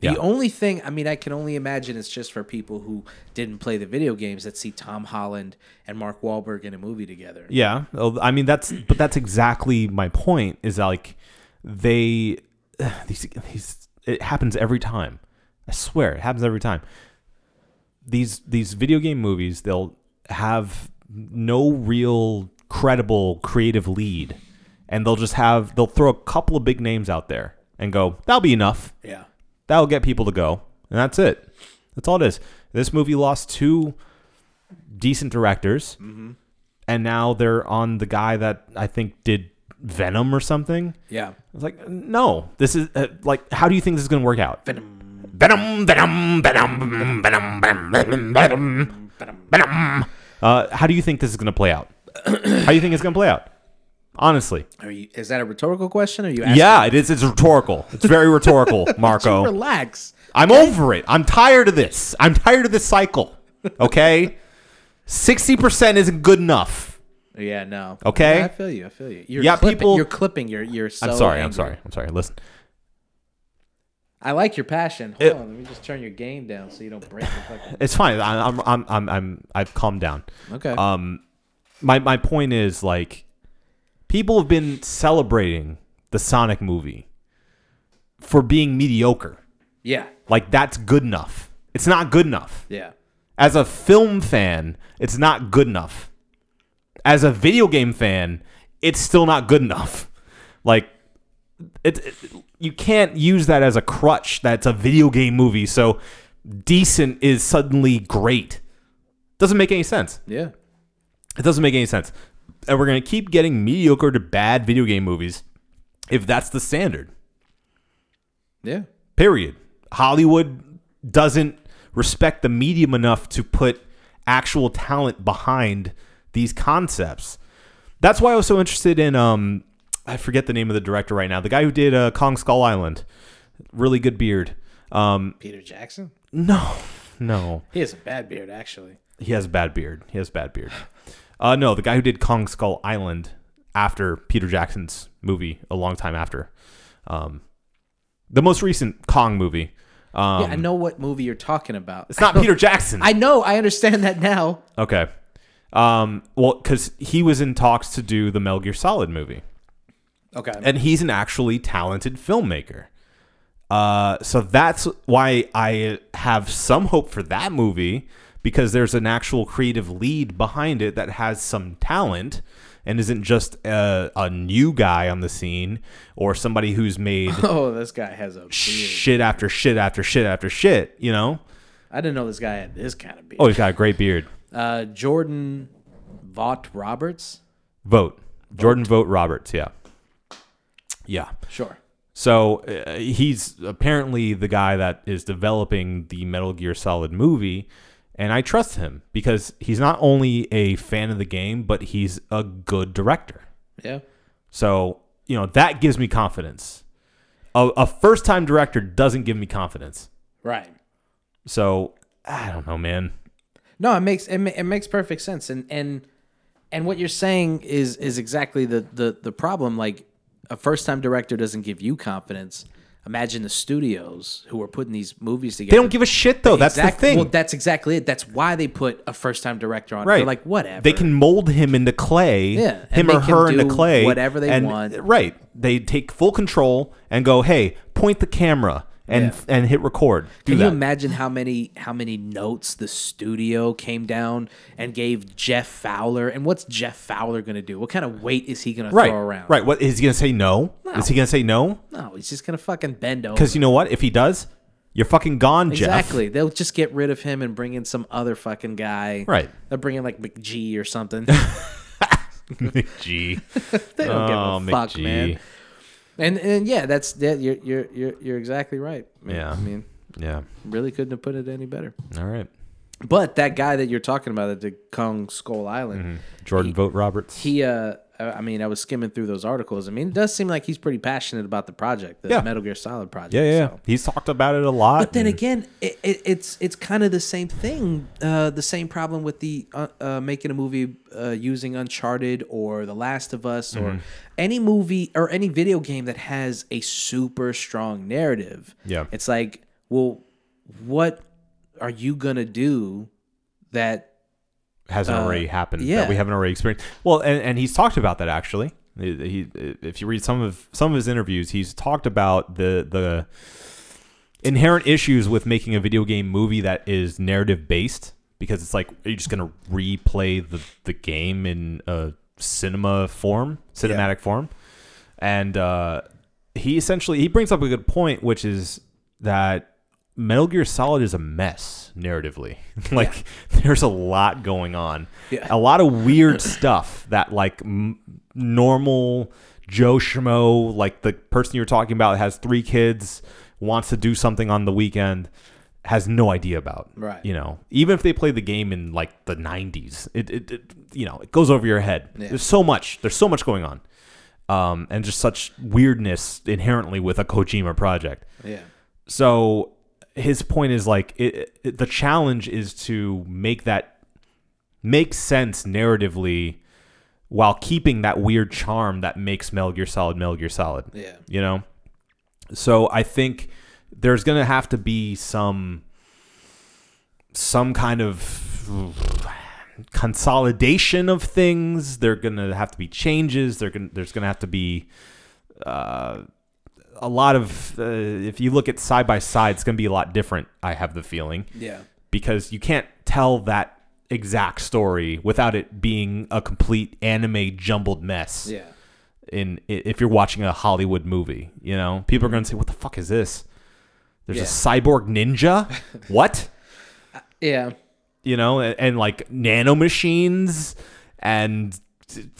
Speaker 1: The
Speaker 2: Yeah.
Speaker 1: only thing I mean, I can only imagine it's just for people who didn't play the video games that see Tom Holland and Mark Wahlberg in a movie together.
Speaker 2: Yeah, Oh, I mean that's but that's exactly my point. Is that like they these these it happens every time. I swear it happens every time. These these video game movies they'll have no real credible creative lead, and they'll just have they'll throw a couple of big names out there and go that'll be enough
Speaker 1: Yeah.
Speaker 2: that'll get people to go, and that's it. That's all it is. This movie lost two decent directors, and now they're on the guy that I think did Venom or something.
Speaker 1: Yeah.
Speaker 2: I was like, no, this is uh, like, how do you think this is going to work out? Venom. Venom, venom, venom, venom, venom, venom, venom, venom. Uh, how do you think this is going to play out? how do you think it's going to play out? Honestly.
Speaker 1: Are you, is that a rhetorical question? Or are you asking?
Speaker 2: yeah, it is. It's rhetorical. It's very rhetorical, Marco.
Speaker 1: Relax.
Speaker 2: I'm over it. I'm tired of this. I'm tired of this cycle. Okay? 60% isn't good enough.
Speaker 1: Yeah. No.
Speaker 2: Okay.
Speaker 1: Yeah, I feel you. I feel you. You're
Speaker 2: Yeah,
Speaker 1: Clipping,
Speaker 2: people-
Speaker 1: You're clipping. You're. You're. So
Speaker 2: I'm sorry. I'm
Speaker 1: angry.
Speaker 2: sorry. I'm sorry. Listen.
Speaker 1: I like your passion. Hold
Speaker 2: It-
Speaker 1: on. Let me just turn your game down so you don't break the fucking.
Speaker 2: It's fine. I- I'm I'm I'm I'm I've calmed down.
Speaker 1: Okay.
Speaker 2: Um my my point is like people have been celebrating the Sonic movie for being mediocre.
Speaker 1: yeah.
Speaker 2: Like that's good enough. It's not good enough.
Speaker 1: Yeah.
Speaker 2: As a film fan, it's not good enough. As a video game fan, it's still not good enough. Like it, it you can't use that as a crutch that's a video game movie, so decent is suddenly great. Doesn't make any sense.
Speaker 1: Yeah.
Speaker 2: It doesn't make any sense. And we're going to keep getting mediocre to bad video game movies if that's the standard.
Speaker 1: Yeah.
Speaker 2: Period. Hollywood doesn't respect the medium enough to put actual talent behind these concepts. That's why I was so interested in um I forget the name of the director right now. The guy who did uh, Kong Skull Island. Really good beard. Um
Speaker 1: Peter Jackson.
Speaker 2: no. No.
Speaker 1: He has a bad beard, actually.
Speaker 2: He has bad beard. He has bad beard. Uh, no, the guy who did Kong Skull Island after Peter Jackson's movie, a long time after, um, the most recent Kong movie. Um,
Speaker 1: Yeah, I know what movie you're talking about.
Speaker 2: It's not Peter Jackson.
Speaker 1: I know. I understand that now.
Speaker 2: okay. Um, well, because he was in talks to do the Mel Gear Solid movie.
Speaker 1: Okay.
Speaker 2: and he's an actually talented filmmaker. Uh, so that's why I have some hope for that movie because there's an actual creative lead behind it that has some talent and isn't just a, a new guy on the scene or somebody who's made
Speaker 1: Oh, this guy has a beard.
Speaker 2: shit after shit after shit after shit, you know?
Speaker 1: I didn't know this guy had this kind of beard.
Speaker 2: Oh, he's got a great beard.
Speaker 1: Uh, Jordan Vaught Roberts.
Speaker 2: Vote. Jordan Vote Roberts, yeah. Yeah.
Speaker 1: Sure.
Speaker 2: So uh, he's apparently the guy that is developing the Metal Gear Solid movie, and I trust him because he's not only a fan of the game, but he's a good director.
Speaker 1: Yeah.
Speaker 2: So you know that gives me confidence. A, a first-time director doesn't give me confidence.
Speaker 1: Right.
Speaker 2: So I don't know, man.
Speaker 1: No, it makes it, ma- it makes perfect sense, and and and what you're saying is is exactly the the the problem. Like a first time director doesn't give you confidence. Imagine the studios who are putting these movies together.
Speaker 2: They don't give a shit though. That's
Speaker 1: Exact-
Speaker 2: the thing.
Speaker 1: Well, that's exactly it. That's why they put a first time director on.
Speaker 2: Right.
Speaker 1: They're like whatever.
Speaker 2: They can mold him into clay.
Speaker 1: Yeah, and
Speaker 2: Him
Speaker 1: they
Speaker 2: or
Speaker 1: can
Speaker 2: her into
Speaker 1: do
Speaker 2: clay.
Speaker 1: whatever they
Speaker 2: and-
Speaker 1: want.
Speaker 2: Right. They take full control and go, hey, point the camera and and hit record. Do
Speaker 1: Can
Speaker 2: that.
Speaker 1: you imagine how many how many notes the studio came down and gave Jeff Fowler? And what's Jeff Fowler going to do? What kind of weight is he going to
Speaker 2: right.
Speaker 1: throw around?
Speaker 2: Right. What is he gonna say no? Is he gonna say no?
Speaker 1: No, he's just going to fucking bend over.
Speaker 2: Because you know what? If he does, you're fucking gone, Jeff.
Speaker 1: Exactly. They'll just get rid of him and bring in some other fucking guy.
Speaker 2: Right.
Speaker 1: They'll bring in like McGee or something.
Speaker 2: McGee.
Speaker 1: they don't
Speaker 2: Oh,
Speaker 1: give a fuck,
Speaker 2: McGee.
Speaker 1: man. And and yeah, that's that. You're you're you're you're exactly right. man.
Speaker 2: Yeah.
Speaker 1: I mean,
Speaker 2: yeah.
Speaker 1: really couldn't have put it any better.
Speaker 2: All right.
Speaker 1: But that guy that you're talking about that did Kong Skull Island,
Speaker 2: Mm-hmm. Jordan Vote Roberts.
Speaker 1: he uh, I I mean, I was skimming through those articles. I mean, it does seem like he's pretty passionate about the project, the
Speaker 2: Yeah.
Speaker 1: Metal Gear Solid project.
Speaker 2: yeah, yeah. yeah.
Speaker 1: so.
Speaker 2: He's talked about it a lot.
Speaker 1: But then
Speaker 2: and-
Speaker 1: again, it, it, it's it's kind of the same thing, uh, the same problem with the uh, uh, making a movie uh, using Uncharted or The Last of Us
Speaker 2: Mm-hmm.
Speaker 1: or any movie or any video game that has a super strong narrative.
Speaker 2: Yeah.
Speaker 1: it's like, well, what are you gonna do that?
Speaker 2: hasn't already happened
Speaker 1: yeah.
Speaker 2: that we haven't already experienced. Well, and, and he's talked about that actually. He, he- if you read some of some of his interviews, he's talked about the the inherent issues with making a video game movie that is narrative based because it's like are you just going to replay the the game in a cinema form, cinematic form? And uh, he essentially he brings up a good point which is that Metal Gear Solid is a mess narratively. like there's a lot going on.
Speaker 1: Yeah.
Speaker 2: A lot of weird stuff that like m- normal Joe Schmo, like the person you were talking about has three kids, wants to do something on the weekend has no idea about.
Speaker 1: Right.
Speaker 2: You know, even if they play the game in like the 90s, it, it, it you know, it goes over your head. There's so much. There's so much going on. Um, and just such weirdness inherently with a Kojima project.
Speaker 1: Yeah,
Speaker 2: So his point is like it, it, the challenge is to make that make sense narratively while keeping that weird charm that makes Metal Gear Solid Metal Gear Solid.
Speaker 1: Yeah.
Speaker 2: You know? So I think there's going to have to be some some kind of consolidation of things. There're going to have to be changes. They're gonna, there's going to have to be uh, a lot of uh, if you look at side by side, it's going to be a lot different. I have the feeling
Speaker 1: yeah,
Speaker 2: because you can't tell that exact story without it being a complete anime jumbled mess
Speaker 1: yeah.
Speaker 2: in i- if you're watching a Hollywood movie, you know, people are going to say, "What the fuck is this? There's
Speaker 1: Yeah.
Speaker 2: a cyborg ninja? what?
Speaker 1: Yeah,
Speaker 2: You know, and, and like nanomachines and t- t-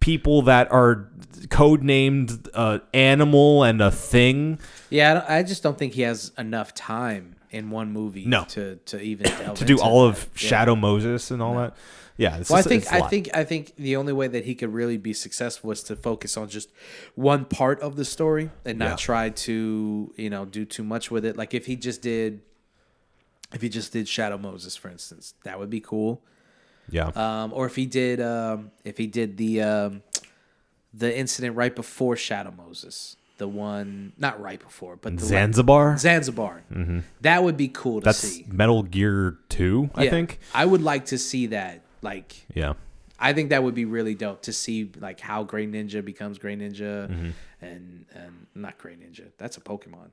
Speaker 2: people that are codenamed uh, animal and a thing.
Speaker 1: yeah. I, don't, I just don't think he has enough time in one movie.
Speaker 2: No.
Speaker 1: to to even delve
Speaker 2: to do
Speaker 1: into
Speaker 2: all
Speaker 1: that.
Speaker 2: of Shadow Moses and all that. Yeah, it's
Speaker 1: Well, I
Speaker 2: just-
Speaker 1: think
Speaker 2: it's a
Speaker 1: I
Speaker 2: lot.
Speaker 1: think I think the only way that he could really be successful was to focus on just one part of the story and not
Speaker 2: Yeah.
Speaker 1: try to you know do too much with it. Like if he just did, if he just did Shadow Moses, for instance, that would be cool.
Speaker 2: yeah,
Speaker 1: Um, or if he did, um, if he did the um, the incident right before Shadow Moses, the one not right before, but the
Speaker 2: Zanzibar.
Speaker 1: Zanzibar. That would be cool to
Speaker 2: Mm-hmm. That's
Speaker 1: see.
Speaker 2: Metal Gear Two, I
Speaker 1: Yeah.
Speaker 2: think.
Speaker 1: I would like to see that. Like
Speaker 2: Yeah,
Speaker 1: I think that would be really dope to see like how Grey Ninja becomes Grey Ninja
Speaker 2: Mm-hmm.
Speaker 1: and and not Grey Ninja. That's a Pokemon.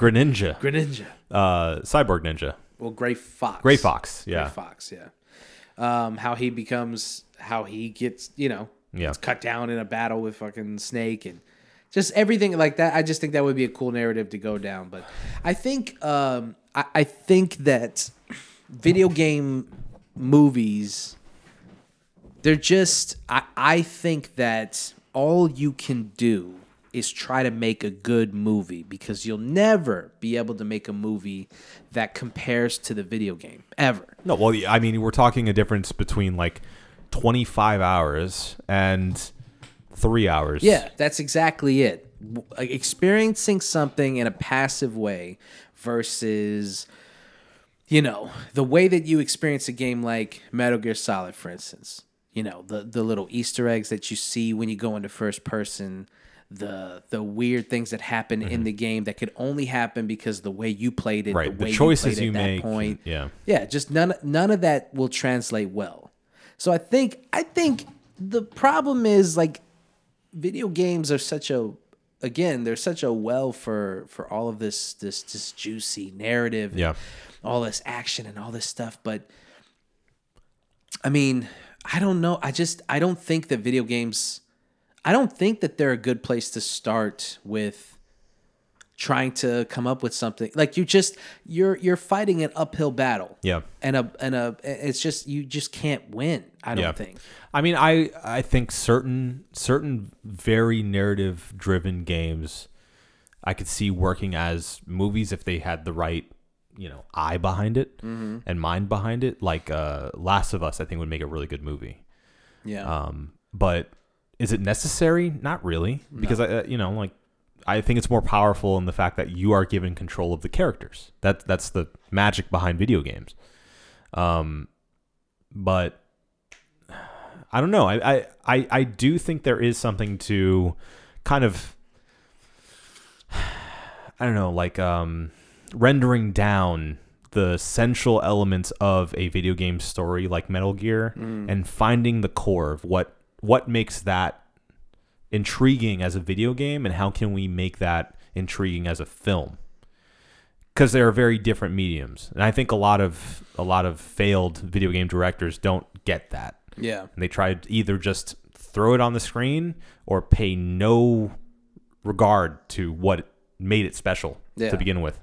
Speaker 2: Greninja,
Speaker 1: Greninja.
Speaker 2: uh, Cyborg Ninja,
Speaker 1: Well, Grey Fox.
Speaker 2: Gray Fox.
Speaker 1: Grey
Speaker 2: Yeah,
Speaker 1: Fox. Yeah. um, how he becomes, how he gets, you know,
Speaker 2: Yeah.
Speaker 1: gets cut down in a battle with fucking Snake and just everything like that. I just think that would be a cool narrative to go down. But I think, um, I, I think that video game movies, they're just, I, I think that all you can do is try to make a good movie because you'll never be able to make a movie that compares to the video game ever.
Speaker 2: No, well, I mean, we're talking a difference between like 25 hours and three hours.
Speaker 1: Yeah, that's exactly it. W- like, Experiencing something in a passive way versus, you know, the way that you experience a game like Metal Gear Solid, for instance. You know, the the little Easter eggs that you see when you go into first person, the the weird things that happen in the game that could only happen because the way you played it,
Speaker 2: Mm-hmm. Right.
Speaker 1: The, way
Speaker 2: The choices
Speaker 1: played
Speaker 2: you,
Speaker 1: at that
Speaker 2: make.
Speaker 1: point,
Speaker 2: Yeah.
Speaker 1: yeah, just none none of that will translate well. So I think I think the problem is like video games are such a again, they're such a well for for all of this this this juicy narrative and
Speaker 2: Yeah.
Speaker 1: all this action and all this stuff, but I mean, I don't know. I just I don't think that video games I don't think that they're a good place to start with trying to come up with something. Like you just you're you're fighting an uphill battle.
Speaker 2: Yeah.
Speaker 1: And a and a it's just you just can't win, I don't
Speaker 2: Yeah.
Speaker 1: think.
Speaker 2: I mean, I I think certain certain very narrative driven games I could see working as movies if they had the right, you know, eye behind it
Speaker 1: Mm-hmm.
Speaker 2: and mind behind it. Like uh Last of Us I think would make a really good movie.
Speaker 1: Yeah.
Speaker 2: Um, but is it necessary? Not really, because I, uh, you know, like I think it's more powerful in the fact that you are given control of the characters. That that's the magic behind video games. Um, but I don't know. I I I, I do think there is something to kind of I don't know, like um, rendering down the central elements of a video game story like Metal Gear and finding the core of what what makes that intriguing as a video game and how can we make that intriguing as a film because they are very different mediums and i think a lot of a lot of failed video game directors don't get that
Speaker 1: yeah.
Speaker 2: and they tried to either just throw it on the screen or pay no regard to what made it special
Speaker 1: Yeah.
Speaker 2: to begin with.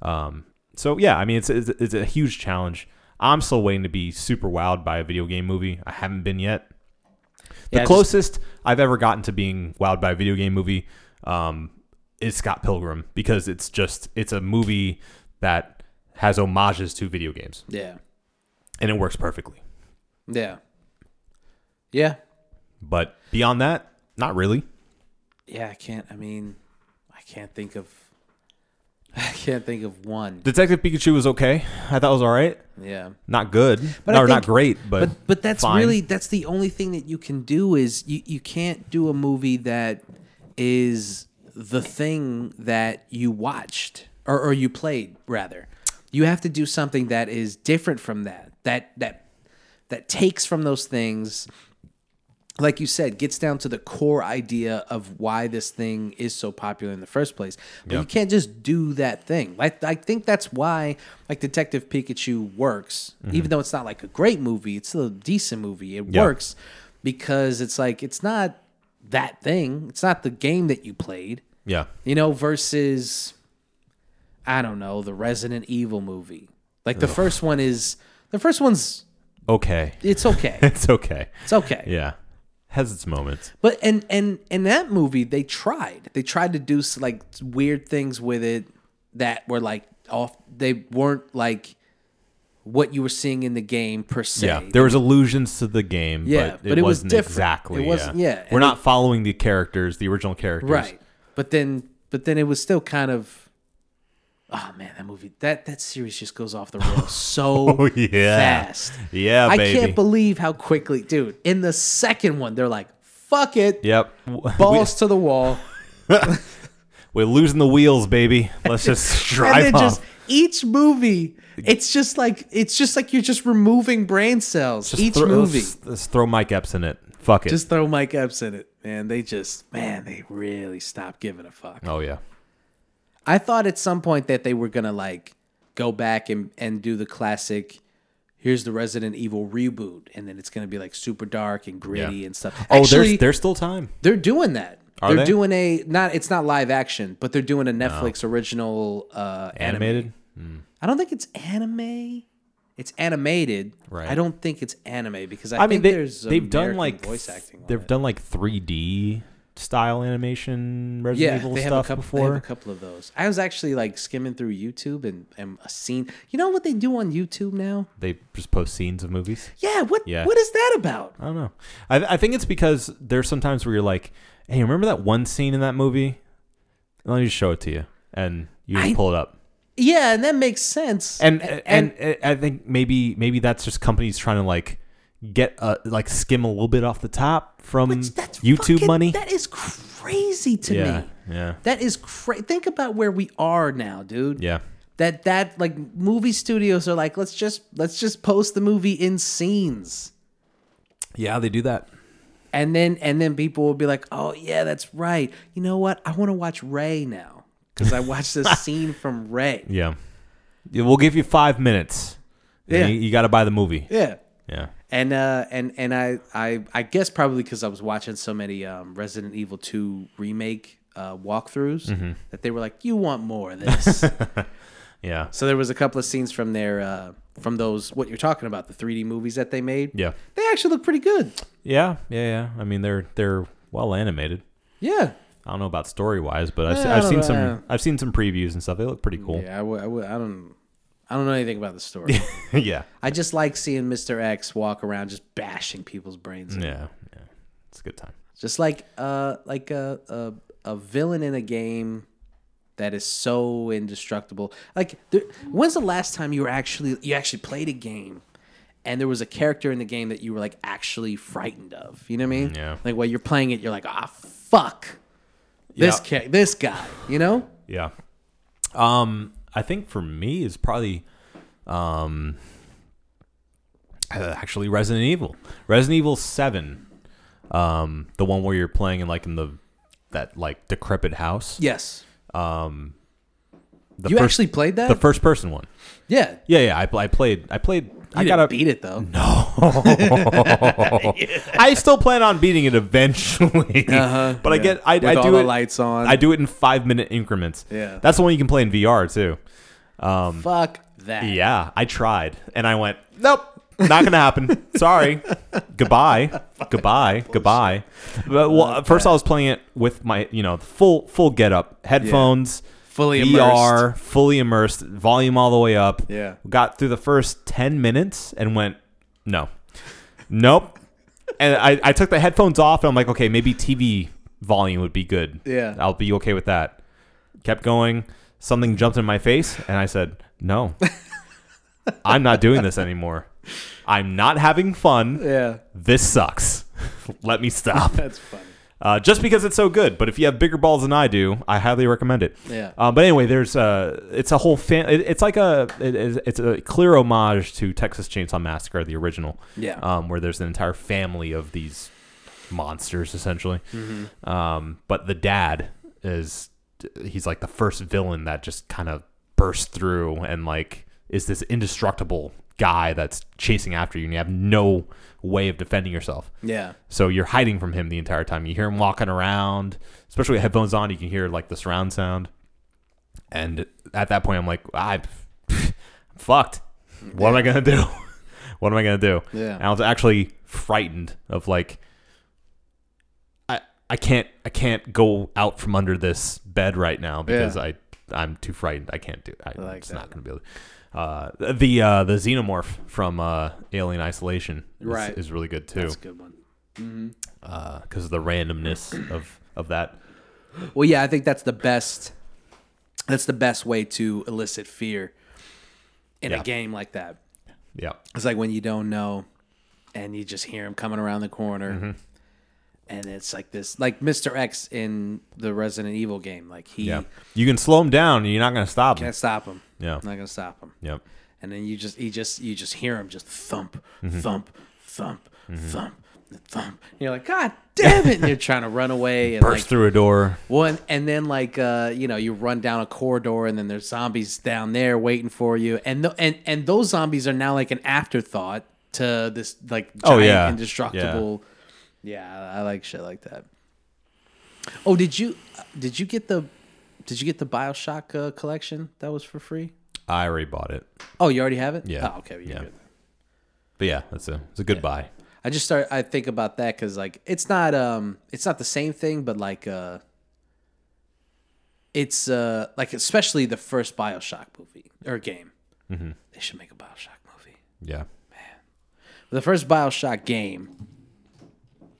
Speaker 2: Um, so yeah, I mean it's, it's it's a huge challenge. I'm still waiting to be super wowed by a video game movie. I haven't been yet. The
Speaker 1: Yeah, I just-
Speaker 2: closest I've ever gotten to being wowed by a video game movie um, is Scott Pilgrim because it's just it's a movie that has homages to video games
Speaker 1: Yeah.
Speaker 2: and it works perfectly.
Speaker 1: Yeah. Yeah.
Speaker 2: But beyond that, not really.
Speaker 1: Yeah, I can't I mean I can't think of I can't think of one.
Speaker 2: Detective Pikachu was okay. I thought it was all right.
Speaker 1: Yeah.
Speaker 2: Not good.
Speaker 1: But I
Speaker 2: no, or not
Speaker 1: think-
Speaker 2: great, but
Speaker 1: but but that's
Speaker 2: fine.
Speaker 1: really that's the only thing that you can do is you, you can't do a movie that is the thing that you watched or, or you played rather you have to do something that is different from that that that that takes from those things like you said gets down to the core idea of why this thing is so popular in the first place but
Speaker 2: Yeah.
Speaker 1: you can't just do that thing like i think that's why like detective pikachu works even though it's not like a great movie it's still a decent movie it
Speaker 2: Mm-hmm. Yeah.
Speaker 1: works because it's like it's not that thing it's not the game that you played
Speaker 2: Yeah.
Speaker 1: you know versus i don't know the resident evil movie like the first one is the first one's
Speaker 2: Okay.
Speaker 1: it's okay
Speaker 2: It's okay.
Speaker 1: it's okay
Speaker 2: Yeah. Has its moments.
Speaker 1: But and and in that movie, they tried. They tried to do s- like weird things with it that were like off. They weren't like what you were seeing in the game per se.
Speaker 2: Yeah. There was allusions to the game,
Speaker 1: Yeah,
Speaker 2: but, it
Speaker 1: but it was
Speaker 2: wasn't
Speaker 1: different.
Speaker 2: exactly.
Speaker 1: It wasn't- yeah,
Speaker 2: We're
Speaker 1: and
Speaker 2: not following the characters, the original characters.
Speaker 1: right. But then, but then it was still kind of. Oh man, that movie that that series just goes off the rails so
Speaker 2: Oh, yeah.
Speaker 1: fast.
Speaker 2: Yeah,
Speaker 1: I
Speaker 2: baby.
Speaker 1: can't believe how quickly, dude. In the second one, they're like, "Fuck it,
Speaker 2: Yep. We-
Speaker 1: balls to the wall."
Speaker 2: We're losing the wheels, baby. Let's just
Speaker 1: and
Speaker 2: drive
Speaker 1: then
Speaker 2: off.
Speaker 1: just each movie it's just like it's just like you're just removing brain cells
Speaker 2: Just
Speaker 1: each
Speaker 2: throw- oh,
Speaker 1: movie
Speaker 2: Let's, let's throw Mike Epps in it. Fuck it.
Speaker 1: just throw mike epps in it man they just man they really stopped giving a fuck
Speaker 2: oh yeah. i
Speaker 1: i thought at some point that they were gonna like go back and and do the classic here's the Resident Evil reboot, and then it's going to be like super dark and gritty
Speaker 2: Yeah.
Speaker 1: and stuff.
Speaker 2: Oh,
Speaker 1: Actually,
Speaker 2: there's there's still time.
Speaker 1: they're doing that.
Speaker 2: Are
Speaker 1: they're
Speaker 2: they?
Speaker 1: doing a not. It's not live action, but they're doing a Netflix original uh, anime.
Speaker 2: Animated.
Speaker 1: I don't think it's anime. It's animated.
Speaker 2: Right.
Speaker 1: I don't think it's anime because I,
Speaker 2: I, mean,
Speaker 1: think
Speaker 2: they,
Speaker 1: there's
Speaker 2: they've done
Speaker 1: American
Speaker 2: like
Speaker 1: voice acting. on
Speaker 2: They've
Speaker 1: it.
Speaker 2: done like 3D style animation Resident
Speaker 1: yeah,
Speaker 2: Evil
Speaker 1: they have a
Speaker 2: stuff
Speaker 1: couple. They
Speaker 2: before.
Speaker 1: have a couple of those. I was actually like skimming through YouTube and and a scene. You know what they do on YouTube now?
Speaker 2: they just post scenes of movies.
Speaker 1: Yeah. What
Speaker 2: Yeah.
Speaker 1: What is that about?
Speaker 2: I don't know. I, I think it's because there's sometimes where you're like, hey, remember that one scene in that movie? Let me just show it to you, and you just
Speaker 1: I-
Speaker 2: pull it up.
Speaker 1: Yeah, and that makes sense.
Speaker 2: And
Speaker 1: A-
Speaker 2: and, and I think maybe maybe that's just companies trying to like get uh like skim a little bit off the top from
Speaker 1: which that's
Speaker 2: YouTube
Speaker 1: fucking-
Speaker 2: money.
Speaker 1: That is crazy to
Speaker 2: yeah,
Speaker 1: me.
Speaker 2: yeah,
Speaker 1: That is crazy. Think about where we are now, dude.
Speaker 2: yeah.
Speaker 1: that that like movie studios are like let's just let's just post the movie in scenes
Speaker 2: Yeah, they do that.
Speaker 1: and then and then people will be like oh yeah that's right you know what i want to watch ray now because i watched this scene from ray
Speaker 2: Yeah. Yeah, We'll give you five minutes.
Speaker 1: Yeah.
Speaker 2: Yeah. You, got to buy the movie.
Speaker 1: yeah
Speaker 2: Yeah.
Speaker 1: and uh and and i i i guess probably because i was watching so many um resident evil 2 remake uh walkthroughs that they were like you want more of this
Speaker 2: Yeah.
Speaker 1: so there was a couple of scenes from their uh from those what you're talking about the 3d movies that they made
Speaker 2: Yeah.
Speaker 1: they actually look pretty good
Speaker 2: Yeah. Yeah. Yeah. I mean, they're they're well animated.
Speaker 1: yeah
Speaker 2: I don't know about story wise, but I've, se-
Speaker 1: Yeah, I
Speaker 2: I've
Speaker 1: don't
Speaker 2: seen
Speaker 1: know.
Speaker 2: some I've seen some previews and stuff. They look pretty cool.
Speaker 1: Yeah, I, w- I, w- I don't. I don't know anything about the story.
Speaker 2: Yeah. yeah.
Speaker 1: I just like seeing Mr. X walk around just bashing people's brains. in.
Speaker 2: Yeah. It's a good time.
Speaker 1: Just like uh like a, a a villain in a game that is so indestructible. Like there, when's the last time you were actually you actually played a game and there was a character in the game that you were like actually frightened of? You know what I mean?
Speaker 2: Mm, Yeah.
Speaker 1: Like while you're playing it, you're like, ah, fuck this ca- this guy. You know?
Speaker 2: Yeah. Um, I think for me is probably um uh, actually Resident Evil. Resident Evil 7. Um, the one where you're playing in like in the that like decrepit house.
Speaker 1: Yes.
Speaker 2: The
Speaker 1: you
Speaker 2: first,
Speaker 1: actually played that?
Speaker 2: the first person one.
Speaker 1: yeah.
Speaker 2: Yeah, yeah, I, pl- I played I played
Speaker 1: You
Speaker 2: I got to
Speaker 1: beat it though.
Speaker 2: I still plan on beating it eventually.
Speaker 1: Uh-huh,
Speaker 2: but I
Speaker 1: yeah.
Speaker 2: get I,
Speaker 1: With
Speaker 2: I do
Speaker 1: all the
Speaker 2: it,
Speaker 1: lights on.
Speaker 2: I do it in 5 minute increments.
Speaker 1: Yeah.
Speaker 2: That's the one you can play in VR too.
Speaker 1: Fuck that.
Speaker 2: Yeah, I tried, and I went, nope, not gonna happen. Sorry, goodbye, goodbye, goodbye. But, well, first I was playing it with my, you know, full full get up, headphones,
Speaker 1: Fully
Speaker 2: VR, fully immersed, volume all the way up.
Speaker 1: Yeah.
Speaker 2: got through the first ten minutes and went, no, nope. And I, I took the headphones off, and I'm like, okay, maybe TV volume would be good.
Speaker 1: Yeah.
Speaker 2: I'll be okay with that kept going. Something jumped in my face, and I said, No, I'm not doing this anymore. I'm not having fun.
Speaker 1: Yeah,
Speaker 2: This sucks. Let me stop.
Speaker 1: that's funny.
Speaker 2: Uh, just because it's so good, but if you have bigger balls than I do, I highly recommend it.
Speaker 1: Yeah.
Speaker 2: Uh, but anyway, there's uh, it's a whole fan. It, it's like a it is it's a clear homage to Texas Chainsaw Massacre, the original.
Speaker 1: Yeah.
Speaker 2: Um, where there's an entire family of these monsters essentially.
Speaker 1: Mm-hmm.
Speaker 2: Um, but the dad is he's like the first villain that just kind of bursts through and like is this indestructible guy that's chasing after you and you have no way of defending yourself.
Speaker 1: Yeah,
Speaker 2: So you're hiding from him the entire time. You hear him walking around, especially with headphones on. You can hear like the surround sound. And at that point, I'm like, I'm fucked. What am I gonna do? what am I gonna do?
Speaker 1: Yeah.
Speaker 2: And I was actually frightened of like, I I can't I can't go out from under this bed right now because
Speaker 1: Yeah.
Speaker 2: I I'm too frightened. I can't do. I,
Speaker 1: I like
Speaker 2: it's
Speaker 1: that.
Speaker 2: not gonna be able. To. Uh, the uh, the xenomorph from uh, Alien Isolation is,
Speaker 1: Right.
Speaker 2: is really good too
Speaker 1: that's a good one.
Speaker 2: because uh, of the randomness of of that.
Speaker 1: Well, yeah, I think that's the best. That's the best way to elicit fear in
Speaker 2: Yeah.
Speaker 1: a game like that.
Speaker 2: Yeah,
Speaker 1: It's like when you don't know, and you just hear him coming around the corner,
Speaker 2: Mm-hmm.
Speaker 1: and it's like this, like Mr. X in the Resident Evil game. Like he
Speaker 2: yeah. You can slow them down, and you're not gonna stop them.
Speaker 1: can't stop him.
Speaker 2: Yeah.
Speaker 1: not gonna stop him.
Speaker 2: Yep. Mm-hmm.
Speaker 1: and then you just you just you just hear him just thump thump thump thump thump. And you're like, God damn it! And you're trying to run away and
Speaker 2: burst
Speaker 1: like
Speaker 2: through a door.
Speaker 1: one, and then like uh, you know, you run down a corridor, and then there's zombies down there waiting for you, and th- and and those zombies are now like an afterthought to this like giant
Speaker 2: Oh, yeah.
Speaker 1: indestructible. Yeah. I like shit like that. Oh, did you did you get the did you get the Bioshock uh, collection that was for free?
Speaker 2: I already bought it,
Speaker 1: Oh, you already have it.
Speaker 2: Yeah.
Speaker 1: Oh, okay. You're
Speaker 2: Yeah.
Speaker 1: good.
Speaker 2: but yeah, that's a it's a good buy.
Speaker 1: I just start. I think about that because like it's not um it's not the same thing, but like uh it's uh like especially the first Bioshock movie or game.
Speaker 2: Mm-hmm.
Speaker 1: They should make a Bioshock movie.
Speaker 2: Yeah,
Speaker 1: The first Bioshock game.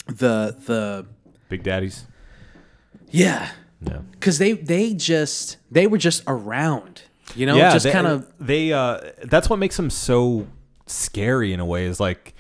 Speaker 1: The the
Speaker 2: Big Daddies.
Speaker 1: yeah,
Speaker 2: Yeah.
Speaker 1: because they they just they were just around. You know, just
Speaker 2: they-
Speaker 1: kind of
Speaker 2: they uh that's what makes them so scary in a way is like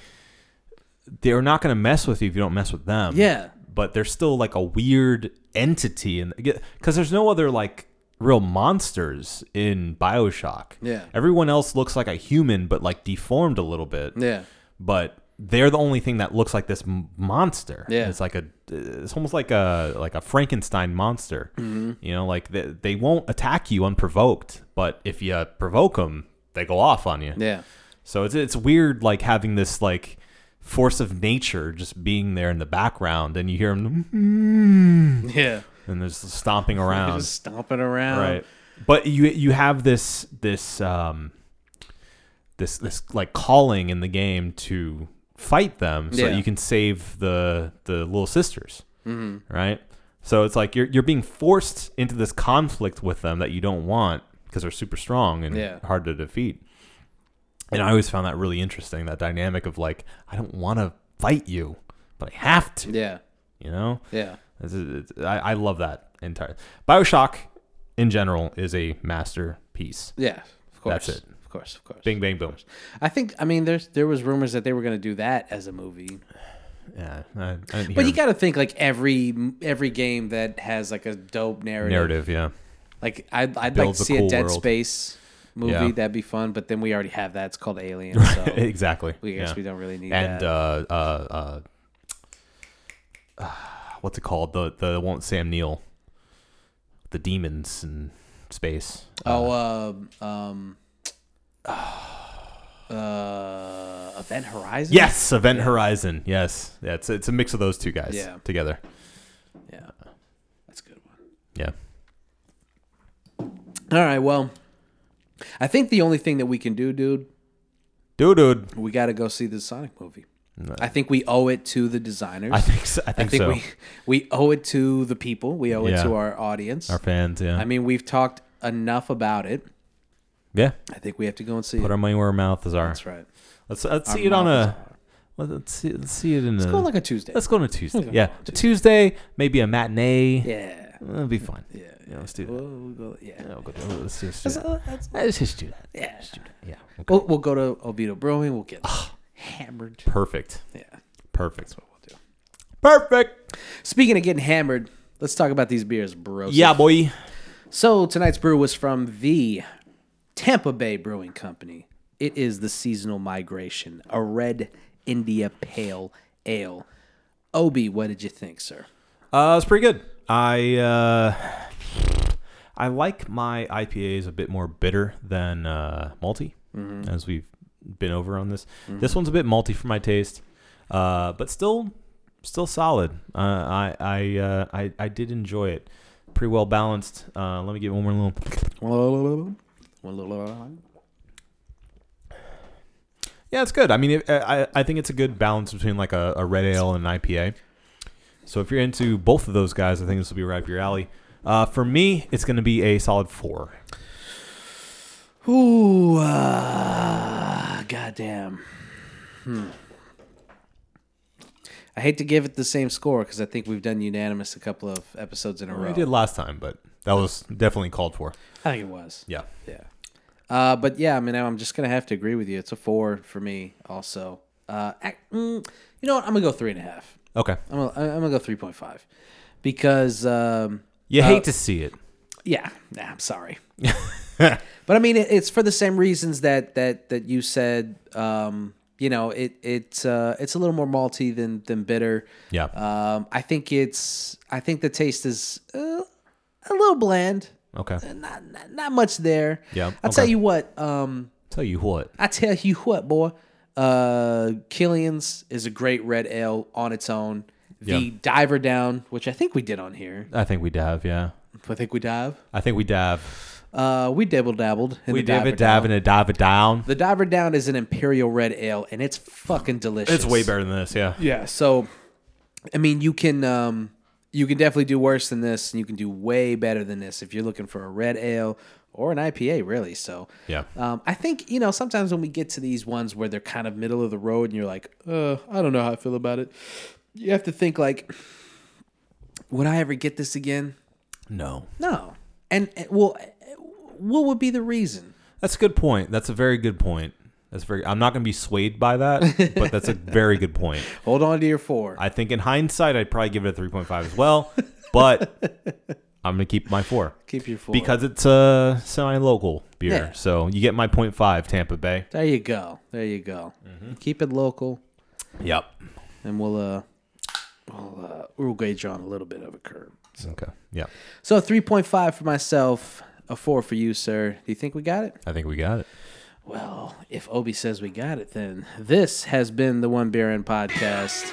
Speaker 2: they're not going to mess with you if you don't mess with them
Speaker 1: Yeah.
Speaker 2: but they're still like a weird entity and because there's no other like real monsters in bioshock
Speaker 1: Yeah.
Speaker 2: everyone else looks like a human but like deformed a little bit
Speaker 1: yeah.
Speaker 2: but they're the only thing that looks like this m- monster.
Speaker 1: Yeah.
Speaker 2: it's like a, it's almost like a like a Frankenstein monster.
Speaker 1: Mm-hmm.
Speaker 2: You know, like they, they won't attack you unprovoked, but if you provoke them, they go off on you.
Speaker 1: Yeah.
Speaker 2: So it's it's weird, like having this like force of nature just being there in the background, and you hear them,
Speaker 1: Yeah.
Speaker 2: and there's stomping
Speaker 1: They're
Speaker 2: around,
Speaker 1: Just stomping around.
Speaker 2: Um, right? But you you have this this um this this like calling in the game to fight them so
Speaker 1: Yeah.
Speaker 2: that you can save the the little sisters,
Speaker 1: Mm-hmm.
Speaker 2: right? So it's like you're you're being forced into this conflict with them that you don't want because they're super strong and
Speaker 1: Yeah.
Speaker 2: hard to defeat. And I always found that really interesting that dynamic of like I don't want to fight you, but I have to,
Speaker 1: Yeah.
Speaker 2: you know?
Speaker 1: Yeah.
Speaker 2: This is- it's- I, I love that entire Bioshock in general is a masterpiece.
Speaker 1: Yeah. Of course.
Speaker 2: That's it.
Speaker 1: Of course. Of course.
Speaker 2: Bing bang boom.
Speaker 1: I think I mean there's there was rumors that they were going to do that as a movie.
Speaker 2: Yeah, I, I didn't hear
Speaker 1: But you got to think like every every game that has like a dope narrative.
Speaker 2: narrative. Yeah,
Speaker 1: Like I'd I'd like
Speaker 2: Builds
Speaker 1: to
Speaker 2: a
Speaker 1: see a
Speaker 2: cool
Speaker 1: Dead
Speaker 2: world.
Speaker 1: Space movie.
Speaker 2: Yeah.
Speaker 1: That'd be fun. But then we already have that. It's called Alien. So
Speaker 2: exactly.
Speaker 1: we Oh. guess
Speaker 2: yeah.
Speaker 1: we don't really need
Speaker 2: and
Speaker 1: that.
Speaker 2: uh, uh, uh, ah, what's it called? The the one with Sam Neill, the demons in space.
Speaker 1: oh, uh, um, uh, Event Horizon.
Speaker 2: Yes, Event Horizon. Yes, yeah, it's it's a mix of those two guys
Speaker 1: Yeah.
Speaker 2: together.
Speaker 1: Yeah. That's a good one.
Speaker 2: Yeah,
Speaker 1: All right. Well, I think the only thing that we can do, dude,
Speaker 2: dude, dude.
Speaker 1: we got to go see the Sonic movie. I think we owe it to the designers.
Speaker 2: I think so. I
Speaker 1: I
Speaker 2: think,
Speaker 1: think
Speaker 2: so.
Speaker 1: we we owe it to the people. We owe it
Speaker 2: Yeah.
Speaker 1: to our audience.
Speaker 2: Our fans. Yeah,
Speaker 1: I mean, we've talked enough about it.
Speaker 2: yeah.
Speaker 1: I think we have to go and see
Speaker 2: Put
Speaker 1: it.
Speaker 2: our money where our mouth is. Our
Speaker 1: That's right.
Speaker 2: Let's let's
Speaker 1: Our
Speaker 2: see it on
Speaker 1: mouth
Speaker 2: a let- let's see let's see it in
Speaker 1: Let's
Speaker 2: a,
Speaker 1: go on like a Tuesday.
Speaker 2: let's go on a Tuesday.
Speaker 1: go
Speaker 2: yeah,
Speaker 1: on
Speaker 2: a Tuesday, maybe a matinee.
Speaker 1: yeah.
Speaker 2: it'll be fun. Yeah,
Speaker 1: yeah.
Speaker 2: let's do that.
Speaker 1: We'll, we'll go, yeah.
Speaker 2: Yeah, we'll go do- let's just do that.
Speaker 1: Uh, that's-
Speaker 2: Let's just do that.
Speaker 1: yeah.
Speaker 2: Yeah.
Speaker 1: We'll, we'll go to Oviedo Brewing. We'll get hammered.
Speaker 2: Perfect.
Speaker 1: Yeah.
Speaker 2: Perfect.
Speaker 1: We'll do.
Speaker 2: Perfect.
Speaker 1: Speaking of getting hammered, let's talk about these beers, bro.
Speaker 2: Yeah, boy.
Speaker 1: So tonight's brew was from the Tampa Bay Brewing Company. It is the seasonal migration, a red India pale ale. Obi, what did you think, sir?
Speaker 2: Uh, it's pretty good. I uh, I like my IPAs a bit more bitter than uh, malty, as we've been over on this. This one's a bit malty for my taste, uh, but still still solid. Uh, I I, uh, I I did enjoy it. Pretty well balanced. Uh, let me get one more little. Yeah, it's good. I mean, it, I I think it's a good balance between like a, a red ale and an IPA. So if you're into both of those guys, I think this will be right up your alley. Uh, for me, it's going to be a solid four.
Speaker 1: Ooh, uh, goddamn. Hmm. I hate to give it the same score because I think we've done unanimous a couple of episodes in a
Speaker 2: I
Speaker 1: row.
Speaker 2: did last time, but that was definitely called for.
Speaker 1: I think it was.
Speaker 2: Yeah.
Speaker 1: Yeah. Uh, but yeah, I mean, I'm just gonna have to agree with you. It's a four for me, also. Uh, ac- mm, you know what? I'm gonna go three and a half.
Speaker 2: Okay.
Speaker 1: I'm gonna, I'm gonna go three point five because um,
Speaker 2: You
Speaker 1: uh,
Speaker 2: hate to see it.
Speaker 1: yeah, nah, I'm sorry. but I mean, it, it's for the same reasons that that that you said um, you know, it it's uh, it's a little more malty than than bitter.
Speaker 2: Yeah.
Speaker 1: Um, I think it's I think the taste is uh, a little bland.
Speaker 2: okay.
Speaker 1: Not, not not much there.
Speaker 2: Yeah,
Speaker 1: I'll tell
Speaker 2: okay.
Speaker 1: you what. Um,
Speaker 2: Tell you what.
Speaker 1: I tell you what, boy. Uh, Killian's is a great red ale on its own. The
Speaker 2: Yeah.
Speaker 1: Diver Down, which I think we did on here.
Speaker 2: I think we dive. Yeah.
Speaker 1: I think we dive.
Speaker 2: I think we dive.
Speaker 1: Uh, we dabble dabbled. in
Speaker 2: We
Speaker 1: the
Speaker 2: dive
Speaker 1: Diver
Speaker 2: it, dive
Speaker 1: Down.
Speaker 2: and dive it down.
Speaker 1: The Diver Down is an imperial red ale, and it's fucking delicious.
Speaker 2: It's way better than this. Yeah.
Speaker 1: Yeah. So, I mean, you can um, you can definitely do worse than this, and you can do way better than this if you're looking for a red ale or an IPA, really. So,
Speaker 2: Yeah.
Speaker 1: Um, I think you know sometimes when we get to these ones where they're kind of middle of the road, and you're like, uh, I don't know how I feel about it. You have to think like, would I ever get this again?
Speaker 2: No.
Speaker 1: No. And and- well, eh, what would be the reason?
Speaker 2: That's a good point. That's a very good point. That's very. I'm not going to be swayed by that, but that's a very good point.
Speaker 1: Hold on to your four.
Speaker 2: I think in hindsight, I'd probably give it a 3.5 as well, but I'm going to keep my four
Speaker 1: Keep your four.
Speaker 2: because it's a semi-local beer.
Speaker 1: Yeah.
Speaker 2: So you get my 0.5 Tampa Bay.
Speaker 1: there you go. There you go.
Speaker 2: Mm-hmm.
Speaker 1: Keep it local.
Speaker 2: Yep.
Speaker 1: and we'll uh we'll uh we'll gauge on a little bit of a curve.
Speaker 2: Okay. Yep.
Speaker 1: So three point five for myself, a four for you, sir. Do you think we got it?
Speaker 2: I think we got it.
Speaker 1: Well, if Obi says we got it, then this has been the One Beer In podcast.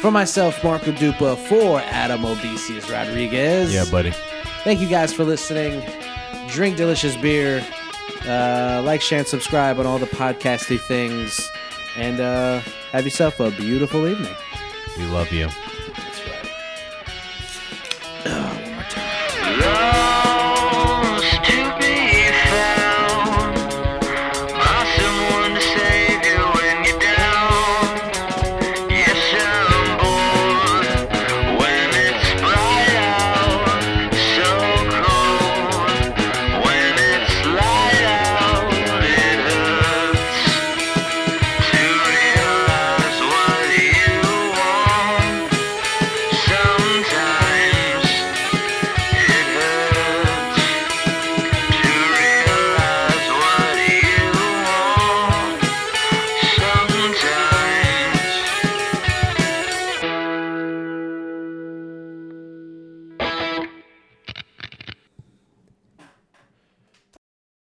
Speaker 1: For myself, Marco Dupa, for Adam Obesius Rodriguez.
Speaker 2: Yeah, buddy.
Speaker 1: Thank you guys for listening. Drink delicious beer. Uh, like, share, and subscribe on all the podcasty things. And uh, have yourself a beautiful evening.
Speaker 2: We love you.